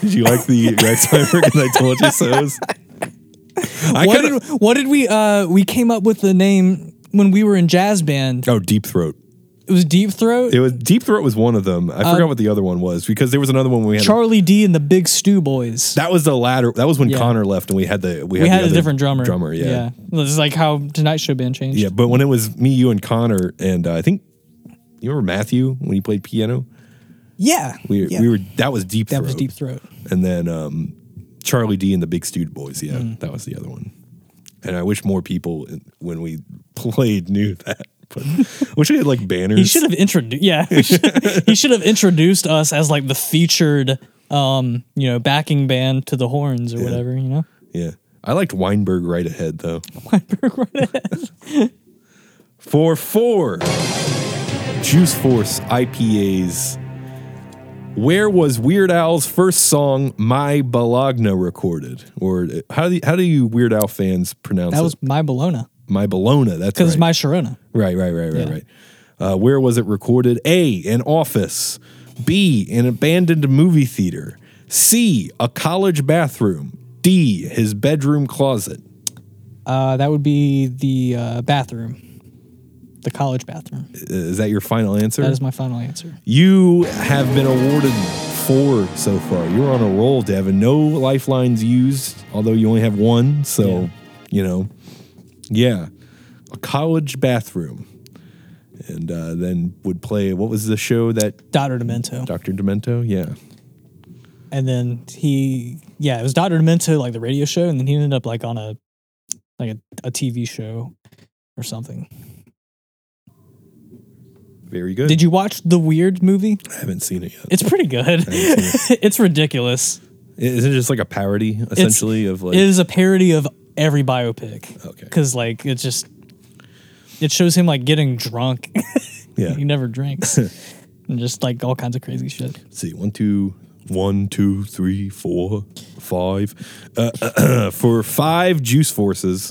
Speaker 1: Did you like the Rexheimer? And I told you so's. I
Speaker 2: What
Speaker 1: kind
Speaker 2: did,
Speaker 1: of
Speaker 2: what did we? Uh, we came up with the name when we were in jazz band.
Speaker 1: oh deep throat.
Speaker 2: It was Deep Throat,
Speaker 1: It was deep throat was one of them. I
Speaker 2: Uh,
Speaker 1: forgot what the other one was because there was another one we had.
Speaker 2: Charlie D, and the Big Stew Boys.
Speaker 1: that was the latter. That was when
Speaker 2: Yeah.
Speaker 1: Connor left and we had the we had,
Speaker 2: we
Speaker 1: the
Speaker 2: had a
Speaker 1: other
Speaker 2: different drummer.
Speaker 1: Drummer, yeah. yeah,
Speaker 2: This is like how Tonight Show Band changed.
Speaker 1: But when it was me, you, and Connor, and uh, I think you remember Matthew when he played piano.
Speaker 2: Yeah.
Speaker 1: We,
Speaker 2: yeah.
Speaker 1: we were that was deep
Speaker 2: That
Speaker 1: throat.
Speaker 2: was Deep Throat.
Speaker 1: and then um, Charlie D and the Big Stewed Boys. Yeah,
Speaker 2: Mm.
Speaker 1: that was the other one. And I wish more people in- when we played knew that. But I wish we had like banners.
Speaker 2: He should have introduced. Yeah. we should- he should have introduced us as like the featured, um, you know, backing band to the horns or whatever. You know.
Speaker 1: Yeah, I liked Weinberg right ahead though. Weinberg right ahead. For four, Juice Force IPAs. Where was Weird Al's first song "My Bologna" recorded? Or uh, how do you, how do you Weird Al fans pronounce
Speaker 2: That
Speaker 1: it?
Speaker 2: was my Bologna
Speaker 1: "My Bologna." That's
Speaker 2: because
Speaker 1: right.
Speaker 2: my Sharona.
Speaker 1: Right, right, right, right,
Speaker 2: Yeah.
Speaker 1: right. Uh, where was it recorded? A, an office. B, an abandoned movie theater. C, a college bathroom. D, his bedroom closet.
Speaker 2: Uh, that would be the uh, bathroom, the college bathroom.
Speaker 1: Uh, Is that your final answer?
Speaker 2: That is my final answer.
Speaker 1: you have been awarded four so far. You're on a roll, Devin. No lifelines used, although you only have one. So,
Speaker 2: Yeah.
Speaker 1: you know, yeah, a college bathroom. And uh, then would play, what was the show that
Speaker 2: Dr. Demento.
Speaker 1: Dr. Demento? Yeah.
Speaker 2: and then he yeah it was dr demento like the radio show and then he ended up like on a like a, a tv show or something
Speaker 1: Very good.
Speaker 2: did you watch the weird movie
Speaker 1: I haven't seen it yet.
Speaker 2: it's pretty good it's ridiculous
Speaker 1: Is it just like a parody essentially of like?
Speaker 2: it is a parody of every biopic
Speaker 1: Okay.
Speaker 2: because like it just it shows him like getting drunk
Speaker 1: yeah.
Speaker 2: he never drinks and just like all kinds of crazy shit
Speaker 1: Let's see, one, two, one, two, three, four, five. Uh, for five juice forces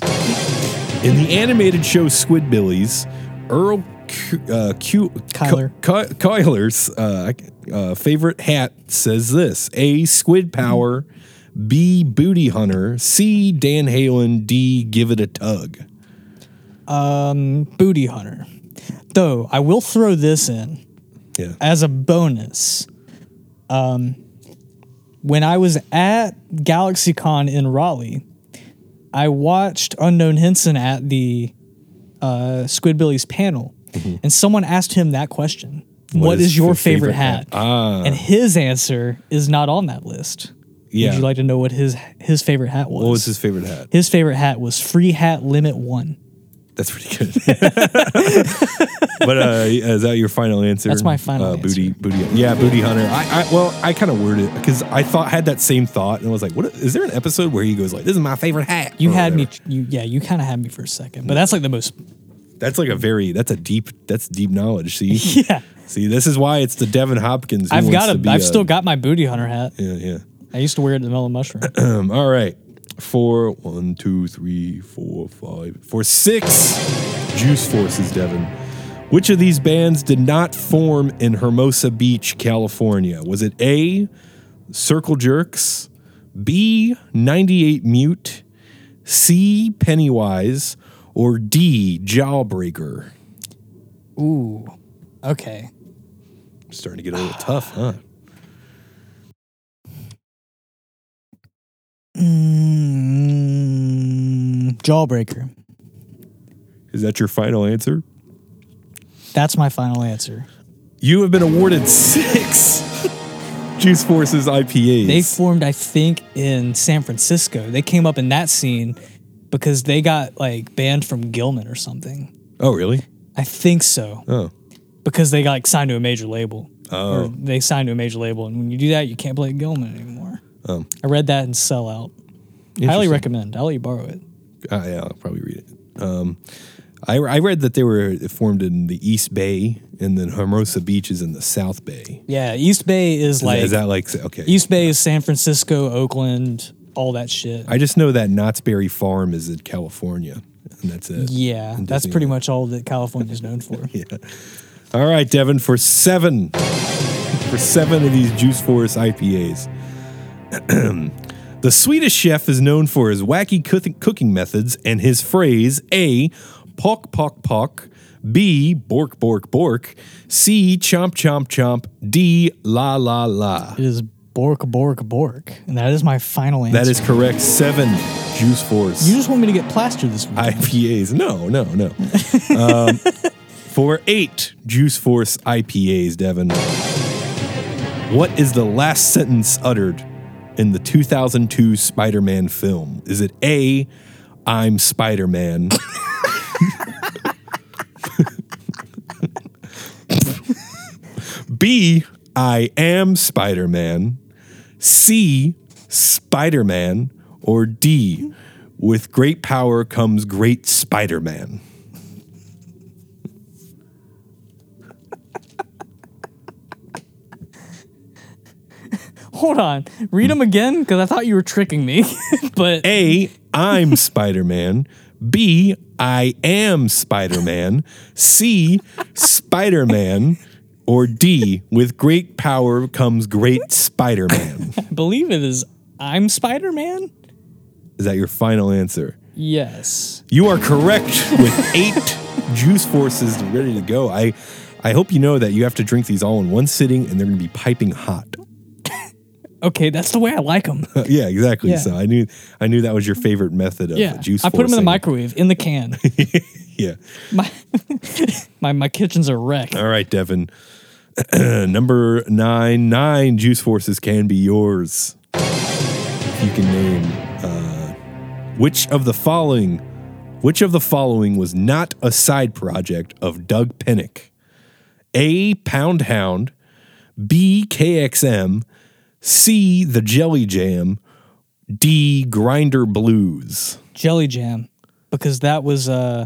Speaker 1: in the animated show Squidbillies, Earl Q, uh, Q,
Speaker 2: Kyler.
Speaker 1: Ky- Kyler's uh, uh, favorite hat says this: A. Squid Power, B. Booty Hunter, C. Dan Halen, D. Give it a tug.
Speaker 2: um booty hunter though i will throw this in
Speaker 1: Yeah.
Speaker 2: as a bonus. Um, when I was at GalaxyCon in Raleigh, I watched Unknown Henson at the uh, Squidbillies panel,
Speaker 1: Mm-hmm.
Speaker 2: and someone asked him that question: what is, your favorite, hat?"
Speaker 1: Ah.
Speaker 2: and his answer is not on that list.
Speaker 1: Yeah.
Speaker 2: Would you like to know what his his favorite hat was?
Speaker 1: What was his favorite hat?
Speaker 2: his favorite hat was Free Hat Limit One.
Speaker 1: That's pretty good. but uh, is that your final answer?
Speaker 2: That's my final
Speaker 1: uh,
Speaker 2: answer.
Speaker 1: Booty, booty, yeah, booty hunter. I, I well, I kind of worded it because I thought had that same thought and was like, what? Is there an episode where he goes like, "This is my favorite hat"?
Speaker 2: You
Speaker 1: or
Speaker 2: had
Speaker 1: whatever?
Speaker 2: me, you yeah, you kind of had me for a second, but that's like the most
Speaker 1: That's like a very. That's a deep. That's deep knowledge. See,
Speaker 2: yeah.
Speaker 1: See, this is why it's the Devin Hopkins. who
Speaker 2: I've
Speaker 1: wants
Speaker 2: got
Speaker 1: to
Speaker 2: a.
Speaker 1: be
Speaker 2: I've
Speaker 1: a-
Speaker 2: still got my booty hunter hat.
Speaker 1: Yeah, yeah.
Speaker 2: I used to wear it at the Mellow Mushroom.
Speaker 1: Um, all right. For one, two, three, four, five, for six Juice Forces, Devin. Which of these bands did not form in Hermosa Beach, California? Was it A, Circle Jerks, B, 98 Mute, C, Pennywise, or D, Jawbreaker?
Speaker 2: Ooh. Okay.
Speaker 1: Starting to get a little tough, huh?
Speaker 2: Mm, jawbreaker.
Speaker 1: Is that your final answer?
Speaker 2: That's my final answer.
Speaker 1: You have been awarded six Juice Forces IPAs.
Speaker 2: They formed, I think, in San Francisco. They came up in that scene because they got like banned from Gilman or something.
Speaker 1: oh, really?
Speaker 2: I think so
Speaker 1: Oh.
Speaker 2: because they got like, signed to a major label. Oh. Or they signed to a major label, and when you do that, you can't play at Gilman anymore.
Speaker 1: Oh.
Speaker 2: I read that in Sell Out. Highly recommend. I'll let you borrow it.
Speaker 1: Uh, yeah, I'll probably read it. Um, I, I read that they were formed in the East Bay, and then Hermosa Beach is in the South Bay.
Speaker 2: Yeah, East Bay
Speaker 1: Is
Speaker 2: is
Speaker 1: that-
Speaker 2: like
Speaker 1: is that like okay?
Speaker 2: East Bay is San Francisco, Oakland, all that shit.
Speaker 1: I just know that Knott's Berry Farm is in California, and that's it.
Speaker 2: yeah,
Speaker 1: in
Speaker 2: that's pretty
Speaker 1: Disneyland.
Speaker 2: much all that California's known for.
Speaker 1: All right, Devin, for seven, for seven of these Juice Force IPAs. the Swedish chef is known for his wacky cook- cooking methods and his phrase A, pock, pock, pock, B, bork, bork, bork, C, chomp, chomp, chomp, D, la, la, la.
Speaker 2: It is Bork Bork Bork, and that is my final answer.
Speaker 1: That is correct. Seven Juice Force.
Speaker 2: You just want me to get plastered this week.
Speaker 1: IPAs. No, no, no. um, for eight Juice Force IPAs, Devin. What is the last sentence uttered in the 2002 Spider Man film? Is it A, I'm Spider Man? B, I am Spider Man? C, Spider Man, or D, with great power comes great Spider Man?
Speaker 2: Hold on, read them again because I thought you were tricking me. but
Speaker 1: A, I'm Spider Man. B, I am Spider Man. C, Spider Man. Or D, with great power comes great Spider Man.
Speaker 2: I believe it is I'm Spider Man.
Speaker 1: Is that your final answer?
Speaker 2: Yes.
Speaker 1: You are correct with eight juice forces ready to go. I, I hope you know that you have to drink these all in one sitting and they're going to be piping hot.
Speaker 2: Okay, that's the way I like them.
Speaker 1: yeah, exactly.
Speaker 2: Yeah.
Speaker 1: So I knew I knew that was your favorite method of
Speaker 2: Yeah,
Speaker 1: juice.
Speaker 2: I put them in the
Speaker 1: forcing.
Speaker 2: microwave in the can.
Speaker 1: Yeah.
Speaker 2: my, my my kitchen's a wreck.
Speaker 1: All right, Devin. Number nine, nine juice forces can be yours. If you can name uh, which of the following, which of the following was not a side project of Doug Pennick? A Pound Hound, B KXM, C the Jelly Jam, D Grinder Blues.
Speaker 2: Jelly jam, because that was uh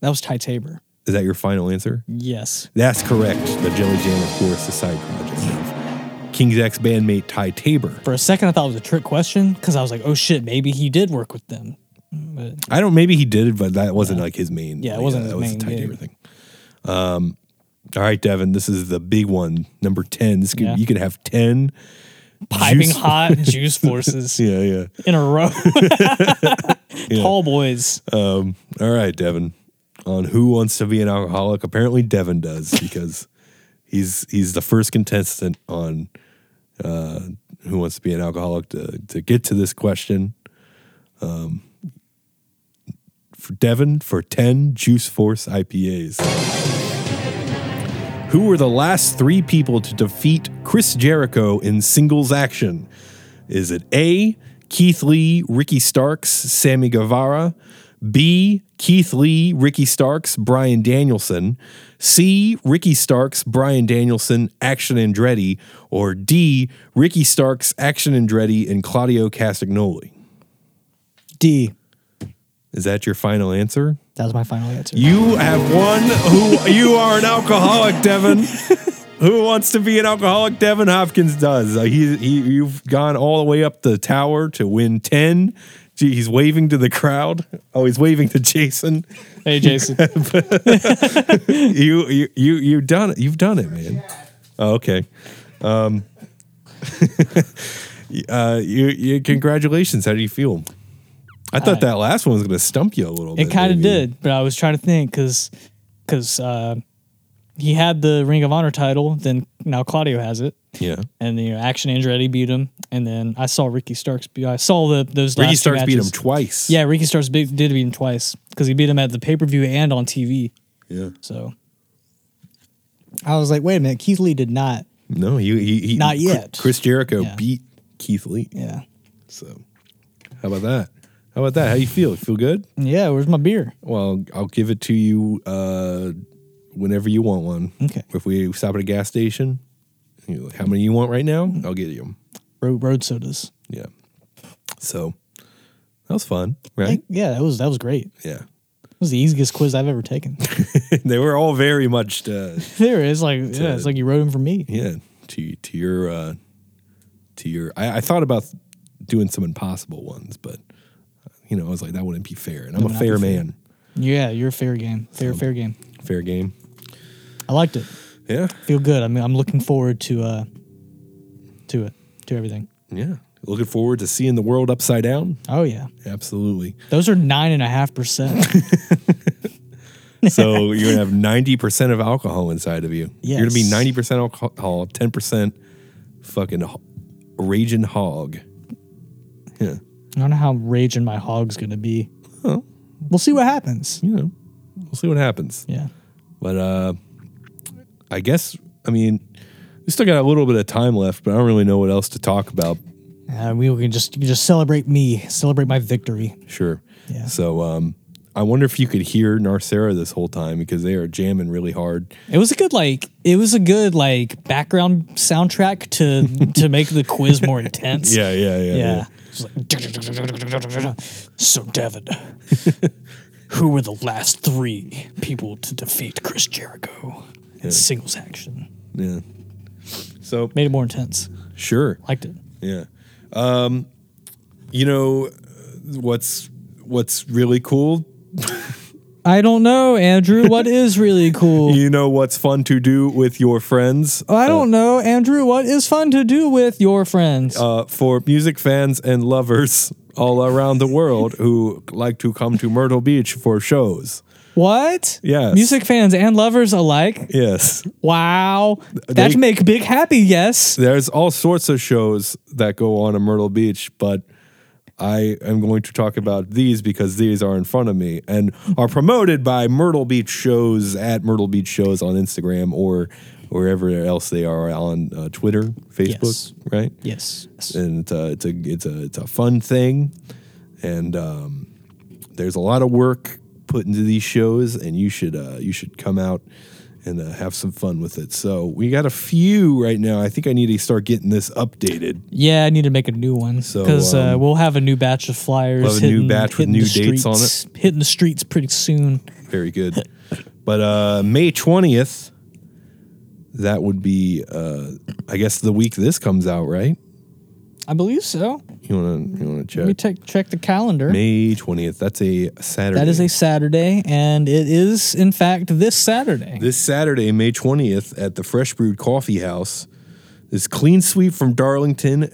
Speaker 2: that was Ty Tabor.
Speaker 1: Is that your final answer?
Speaker 2: Yes.
Speaker 1: That's correct. The Jelly Jam, of course, the side project of King's ex bandmate Ty Tabor.
Speaker 2: For a second, I thought it was a trick question because I was like, oh shit, maybe he did work with them. But
Speaker 1: I don't. Maybe he did, it, but that wasn't like his main.
Speaker 2: Yeah, it
Speaker 1: like,
Speaker 2: wasn't
Speaker 1: uh,
Speaker 2: his
Speaker 1: that was
Speaker 2: main
Speaker 1: a Ty
Speaker 2: gig.
Speaker 1: Tabor thing. Um, all right, Devin. This is the big one, number ten. This could,
Speaker 2: Yeah.
Speaker 1: You could have ten.
Speaker 2: piping
Speaker 1: Juice-
Speaker 2: hot juice forces
Speaker 1: Yeah, yeah.
Speaker 2: in a row. Tall boys.
Speaker 1: All right, Devin. On who wants to be an alcoholic? Apparently, Devin does because he's he's the first contestant on uh, who wants to be an alcoholic to to get to this question. Um, for Devin for ten Juice Force IPAs. Who were the last three people to defeat Chris Jericho in singles action? Is it A, Keith Lee, Ricky Starks, Sammy Guevara? B, Keith Lee, Ricky Starks, Brian Danielson? C, Ricky Starks, Brian Danielson, Action Andretti? Or D, Ricky Starks, Action Andretti, and Claudio Castagnoli?
Speaker 2: D.
Speaker 1: Is that your final answer?
Speaker 2: That was my final answer.
Speaker 1: You have won. Who you are an alcoholic, Devin. Who wants to be an alcoholic? Devin Hopkins does. Uh, he, he, you've gone all the way up the tower to win ten. Gee, he's waving to the crowd. Oh, he's waving to Jason.
Speaker 2: hey, Jason.
Speaker 1: You, you, you, you've done it. You've done it, man. Oh, okay. Um, uh, you, you, congratulations. How do you feel? I thought that last one was going to stump you a little bit.
Speaker 2: Uh, It kind of
Speaker 1: maybe.
Speaker 2: did, but I was trying to think because because uh, he had the Ring of Honor title, then now Claudio has it,
Speaker 1: Yeah.
Speaker 2: and you know Action Andretti beat him, and then I saw Ricky Starks. Be- I saw the those
Speaker 1: Ricky
Speaker 2: last two
Speaker 1: Starks beat him
Speaker 2: matches.
Speaker 1: twice.
Speaker 2: Yeah, Ricky Starks big, did beat him twice because he beat him at the pay per view and on TV.
Speaker 1: Yeah.
Speaker 2: So I was like, wait a minute, Keith Lee did not.
Speaker 1: No, he, he, he
Speaker 2: Not
Speaker 1: Chris-
Speaker 2: yet.
Speaker 1: Chris Jericho
Speaker 2: Yeah.
Speaker 1: beat Keith Lee.
Speaker 2: Yeah,
Speaker 1: So, how about that? How about that? How you feel? Feel good?
Speaker 2: yeah. Where's my beer?
Speaker 1: Well, I'll give it to you uh, whenever you want one.
Speaker 2: Okay.
Speaker 1: If we stop at a gas station, you know, how many you want right now?
Speaker 2: Mm-hmm.
Speaker 1: I'll get you 'em.
Speaker 2: Road, road sodas.
Speaker 1: Yeah. So that was fun, right?
Speaker 2: Like, yeah, that was that was great.
Speaker 1: yeah.
Speaker 2: It was the easiest quiz I've ever taken.
Speaker 1: they were all very much uh,
Speaker 2: there is like yeah, it's like you wrote him for me.
Speaker 1: yeah to to your uh, to your. I, I thought about doing some impossible ones, but you know I was like that wouldn't be fair, and I'm
Speaker 2: would
Speaker 1: a
Speaker 2: not be
Speaker 1: fair
Speaker 2: fair.
Speaker 1: man.
Speaker 2: Yeah, you're a fair game. Fair, fair game.
Speaker 1: Fair game.
Speaker 2: I liked it.
Speaker 1: Yeah.
Speaker 2: Feel good. I mean, I'm looking forward to uh to it to everything.
Speaker 1: Yeah. Looking forward to seeing the world upside down.
Speaker 2: Oh yeah,
Speaker 1: Absolutely.
Speaker 2: those are nine and a half percent.
Speaker 1: So you're gonna have ninety percent of alcohol inside of you. You're gonna be
Speaker 2: Yes.
Speaker 1: ninety percent alcohol, ten percent fucking ho- raging hog. Yeah.
Speaker 2: I don't know how raging my hog's gonna be. We'll see what happens.
Speaker 1: You know, we'll see what happens.
Speaker 2: Yeah,
Speaker 1: But uh I guess I mean we still got a little bit of time left, but I don't really know what else to talk about.
Speaker 2: uh, we can just you can just celebrate me, celebrate my victory.
Speaker 1: Sure.
Speaker 2: Yeah.
Speaker 1: So um I wonder if you could hear Narcera this whole time because they are jamming really hard.
Speaker 2: It was a good like it was a good like background soundtrack to to make the quiz more intense.
Speaker 1: yeah, yeah.
Speaker 2: Yeah. It's like, so, David, who were the last three people to defeat Chris Jericho in singles action?
Speaker 1: Yeah. So
Speaker 2: Made it more intense.
Speaker 1: sure.
Speaker 2: Liked it.
Speaker 1: Yeah. Um, you know uh, what's what's really cool?
Speaker 2: I don't know, Andrew. What is really cool?
Speaker 1: You know what's fun to do with your friends?
Speaker 2: I don't know, Andrew. What is fun to do with your friends?
Speaker 1: Uh, for music fans and lovers all around the world who like to come to Myrtle Beach for shows.
Speaker 2: what?
Speaker 1: yes.
Speaker 2: Music fans and lovers alike.
Speaker 1: Yes.
Speaker 2: Wow. That
Speaker 1: They-
Speaker 2: make big happy, yes.
Speaker 1: There's all sorts of shows that go on in Myrtle Beach, but I am going to talk about these because these are in front of me and are promoted by Myrtle Beach shows at Myrtle Beach shows on Instagram or wherever else they are on uh, Twitter, Facebook,
Speaker 2: Yes.
Speaker 1: right?
Speaker 2: Yes.
Speaker 1: And it's a, it's a it's a it's a fun thing, and um, there's a lot of work put into these shows, and you should uh, you should come out and uh, have some fun with it. So we got a few right now. I think I need to start getting this updated.
Speaker 2: Yeah, I need to make a new one
Speaker 1: So,
Speaker 2: because uh,
Speaker 1: um,
Speaker 2: we'll have a new batch of flyers.
Speaker 1: we'll have a new batch with
Speaker 2: hitting
Speaker 1: new
Speaker 2: the
Speaker 1: dates on it.
Speaker 2: streets- Hitting the streets pretty soon.
Speaker 1: Very good. But uh, May 20th, that would be, uh, I guess, the week this comes out, right?
Speaker 2: I believe so.
Speaker 1: You want to you wanna
Speaker 2: Let me
Speaker 1: check?
Speaker 2: take, check the calendar.
Speaker 1: May 20th. That's a Saturday.
Speaker 2: That is a Saturday, and it is in fact this Saturday.
Speaker 1: This Saturday, May 20th, at the Fresh Brewed Coffee House, is Clean Sweep from Darlington,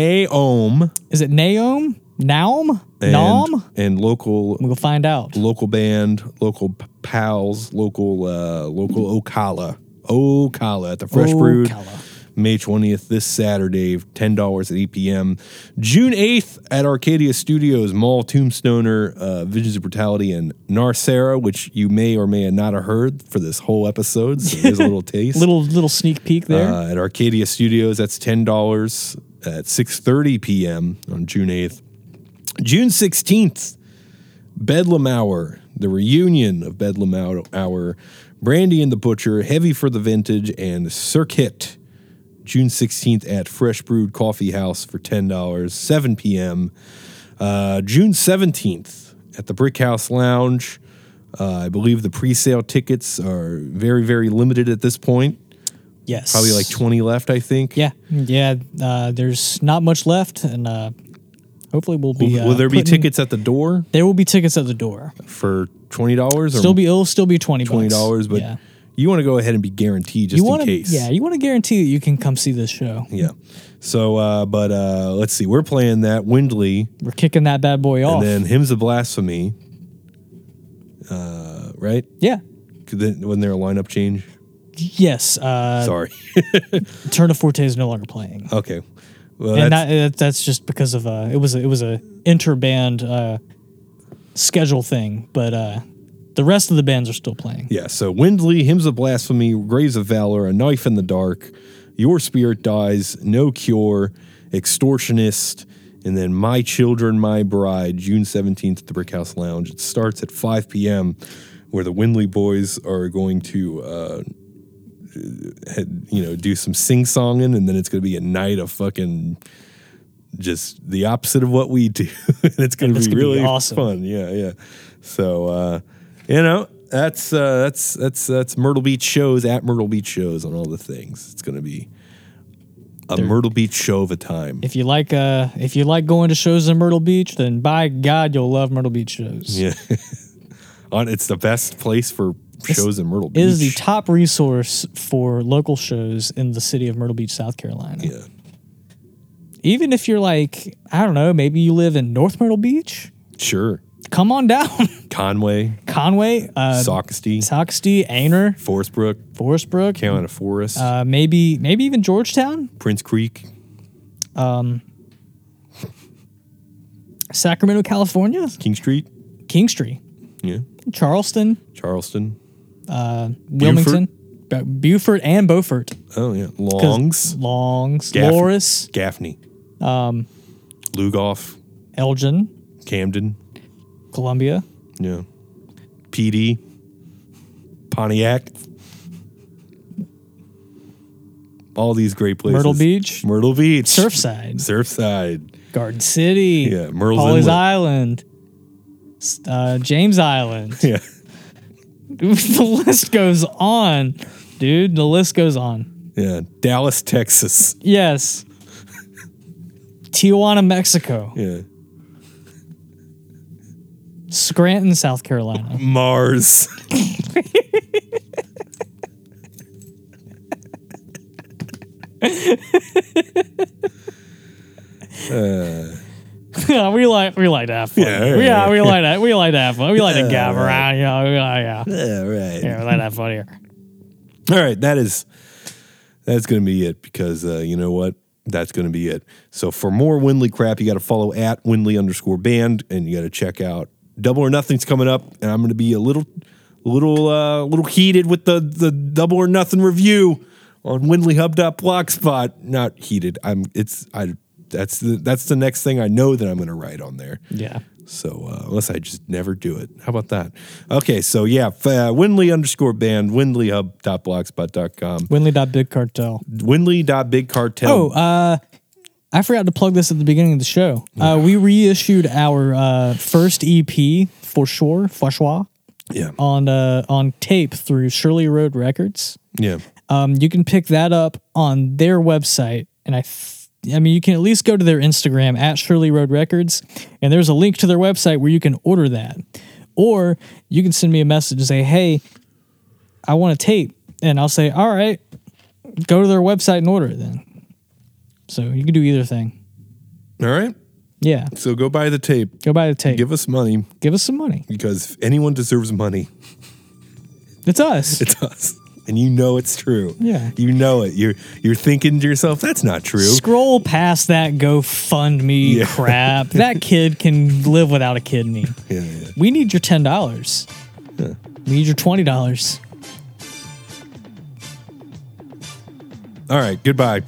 Speaker 1: Naom,
Speaker 2: Is it Naom? Naom?
Speaker 1: and,
Speaker 2: Naom?
Speaker 1: and local
Speaker 2: We'll find out.
Speaker 1: local band, local p- pals, local uh, local Ocala, Ocala at the Fresh Brewed,
Speaker 2: Ocala.
Speaker 1: May twentieth this Saturday, ten dollars at eight p.m. June eighth at Arcadia Studios Mall, Tombstoner, uh, Visions of Brutality, and Narcera, which you may or may not have heard for this whole episode. So there's a little taste.
Speaker 2: Little little sneak peek there.
Speaker 1: Uh, at Arcadia Studios. That's ten dollars at six thirty p.m. on June eighth. June sixteenth, Bedlam Hour, the reunion of Bedlam Hou- Hour, Brandy and the Butcher, Heavy for the Vintage, and Circuit. June sixteenth at Fresh Brewed Coffee House for ten dollars, seven p.m. Uh, June seventeenth at the Brick House Lounge. Uh, I believe the pre-sale tickets are very, very limited at this point.
Speaker 2: Yes.
Speaker 1: Probably like 20 left, I think.
Speaker 2: Yeah, yeah. Uh, there's not much left, and uh, hopefully we'll be.
Speaker 1: Will,
Speaker 2: uh,
Speaker 1: will there be
Speaker 2: putting-
Speaker 1: tickets at the door
Speaker 2: There will be tickets at the door.
Speaker 1: for twenty dollars or
Speaker 2: Still be it'll still be twenty
Speaker 1: twenty dollars? But
Speaker 2: yeah.
Speaker 1: you want to go ahead and be guaranteed just
Speaker 2: you want
Speaker 1: in
Speaker 2: to
Speaker 1: case.
Speaker 2: yeah you want to guarantee that you can come see this show.
Speaker 1: Yeah. So, uh, but uh, let's see. We're playing that Windley,
Speaker 2: We're kicking that bad boy off.
Speaker 1: and then hymns of blasphemy. Uh, right?
Speaker 2: yeah.
Speaker 1: Could then- Wasn't there a lineup change?
Speaker 2: Yes. Uh,
Speaker 1: Sorry.
Speaker 2: Turn of Forte is no longer playing,
Speaker 1: okay. Well,
Speaker 2: and
Speaker 1: that's,
Speaker 2: that, that that's just because of uh, it was a, it was a interband uh, schedule thing, but uh, the rest of the bands are still playing.
Speaker 1: yeah. So Windley, hymns of blasphemy, graves of valor, a knife in the dark, your spirit dies, no cure, extortionist, and then my children, my bride, June seventeenth at the Brick House Lounge. It starts at five p.m., where the Windley boys are going to. Uh, had- you know, do some sing songing, and then it's going to be a night of fucking just the opposite of what we do. and it's going to
Speaker 2: That's
Speaker 1: be
Speaker 2: gonna be
Speaker 1: really
Speaker 2: awesome.
Speaker 1: fun. Yeah, yeah. So, uh, you know, that's uh, that's that's that's Myrtle Beach shows at Myrtle Beach shows on all the things. It's going to be a Myrtle Beach show of a time.
Speaker 2: If you like uh, if you like going to shows in Myrtle Beach, then by God you'll love Myrtle Beach shows.
Speaker 1: yeah, on it's the best place for shows in Myrtle Beach.
Speaker 2: It is the top resource for local shows in the city of Myrtle Beach, South Carolina.
Speaker 1: yeah.
Speaker 2: Even if you're like, I don't know, maybe you live in North Myrtle Beach,
Speaker 1: Sure,
Speaker 2: come on down.
Speaker 1: Conway,
Speaker 2: Conway, uh,
Speaker 1: Sockasty,
Speaker 2: Soxty, Aner,
Speaker 1: Forestbrook,
Speaker 2: Forestbrook,
Speaker 1: Carolina Forest,
Speaker 2: uh, maybe maybe even Georgetown,
Speaker 1: Prince Creek.
Speaker 2: Sacramento, California,
Speaker 1: King Street.
Speaker 2: Kingstree,
Speaker 1: Yeah.
Speaker 2: Charleston,
Speaker 1: Charleston.
Speaker 2: Wilmington, Bu- Beaufort, and Beaufort.
Speaker 1: Oh yeah.
Speaker 2: 'Cause
Speaker 1: Longs.
Speaker 2: Longs,
Speaker 1: Gaff-
Speaker 2: Loris,
Speaker 1: Gaffney. Um Lugoff.
Speaker 2: Elgin,
Speaker 1: Camden.
Speaker 2: Columbia,
Speaker 1: Yeah. PD. Pontiac. All these great places.
Speaker 2: Myrtle Beach,
Speaker 1: Myrtle Beach.
Speaker 2: Surfside,
Speaker 1: Surfside.
Speaker 2: Garden City,
Speaker 1: Yeah, Merle's
Speaker 2: Polly's
Speaker 1: Inlet.
Speaker 2: Island, s- uh, James Island.
Speaker 1: Yeah.
Speaker 2: the list goes on, dude. The list goes on.
Speaker 1: Yeah. Dallas, Texas.
Speaker 2: Yes. Tijuana, Mexico,
Speaker 1: Yeah.
Speaker 2: Scranton, South Carolina,
Speaker 1: Mars.
Speaker 2: yeah, we like we like to have fun.
Speaker 1: Yeah,
Speaker 2: we,
Speaker 1: yeah.
Speaker 2: yeah, we like that. We like to have fun. We like to gab around. You know, we like, yeah,
Speaker 1: All right.
Speaker 2: yeah, we like to have fun here.
Speaker 1: All right, that is that's going to be it because uh, you know what? That's going to be it. So for more Winley crap, you got to follow at Winley underscore band, and you got to check out Double or Nothing's coming up, and I'm going to be a little, little, uh, little heated with the the Double or Nothing review on WinleyHub.blogspot. Not heated. I'm. It's I. That's the that's the next thing I know that I'm going to write on there.
Speaker 2: Yeah.
Speaker 1: So uh, unless I just never do it, how about that? Okay, so yeah, f- uh, Windley underscore band, WindleyHub.blogspot.com,
Speaker 2: Winley.bigcartel.
Speaker 1: Windley.bigcartel.
Speaker 2: Oh, uh, I forgot to plug this at the beginning of the show. Uh, we reissued our uh, first EP for sure, for sure,
Speaker 1: yeah,
Speaker 2: on uh, on tape through Shirley Road Records.
Speaker 1: yeah,
Speaker 2: Um, you can pick that up on their website, and I, th- I mean, you can at least go to their Instagram at Shirley Road Records, and there's a link to their website where you can order that, or you can send me a message and say, "Hey, I want a tape," and I'll say, "All right, go to their website and order it then." So you can do either thing.
Speaker 1: All right,
Speaker 2: Yeah,
Speaker 1: so go buy the tape,
Speaker 2: go buy the tape. Give,
Speaker 1: give us money
Speaker 2: us some money.
Speaker 1: because if anyone deserves money,
Speaker 2: It's us.
Speaker 1: it's us, and you know it's true.
Speaker 2: Yeah.
Speaker 1: you know it. You're you're thinking to yourself, that's not true.
Speaker 2: Scroll past that GoFundMe
Speaker 1: Yeah.
Speaker 2: crap. That kid can live without a kidney.
Speaker 1: Yeah, yeah.
Speaker 2: We need your ten dollars. We need your twenty dollars.
Speaker 1: All right, goodbye.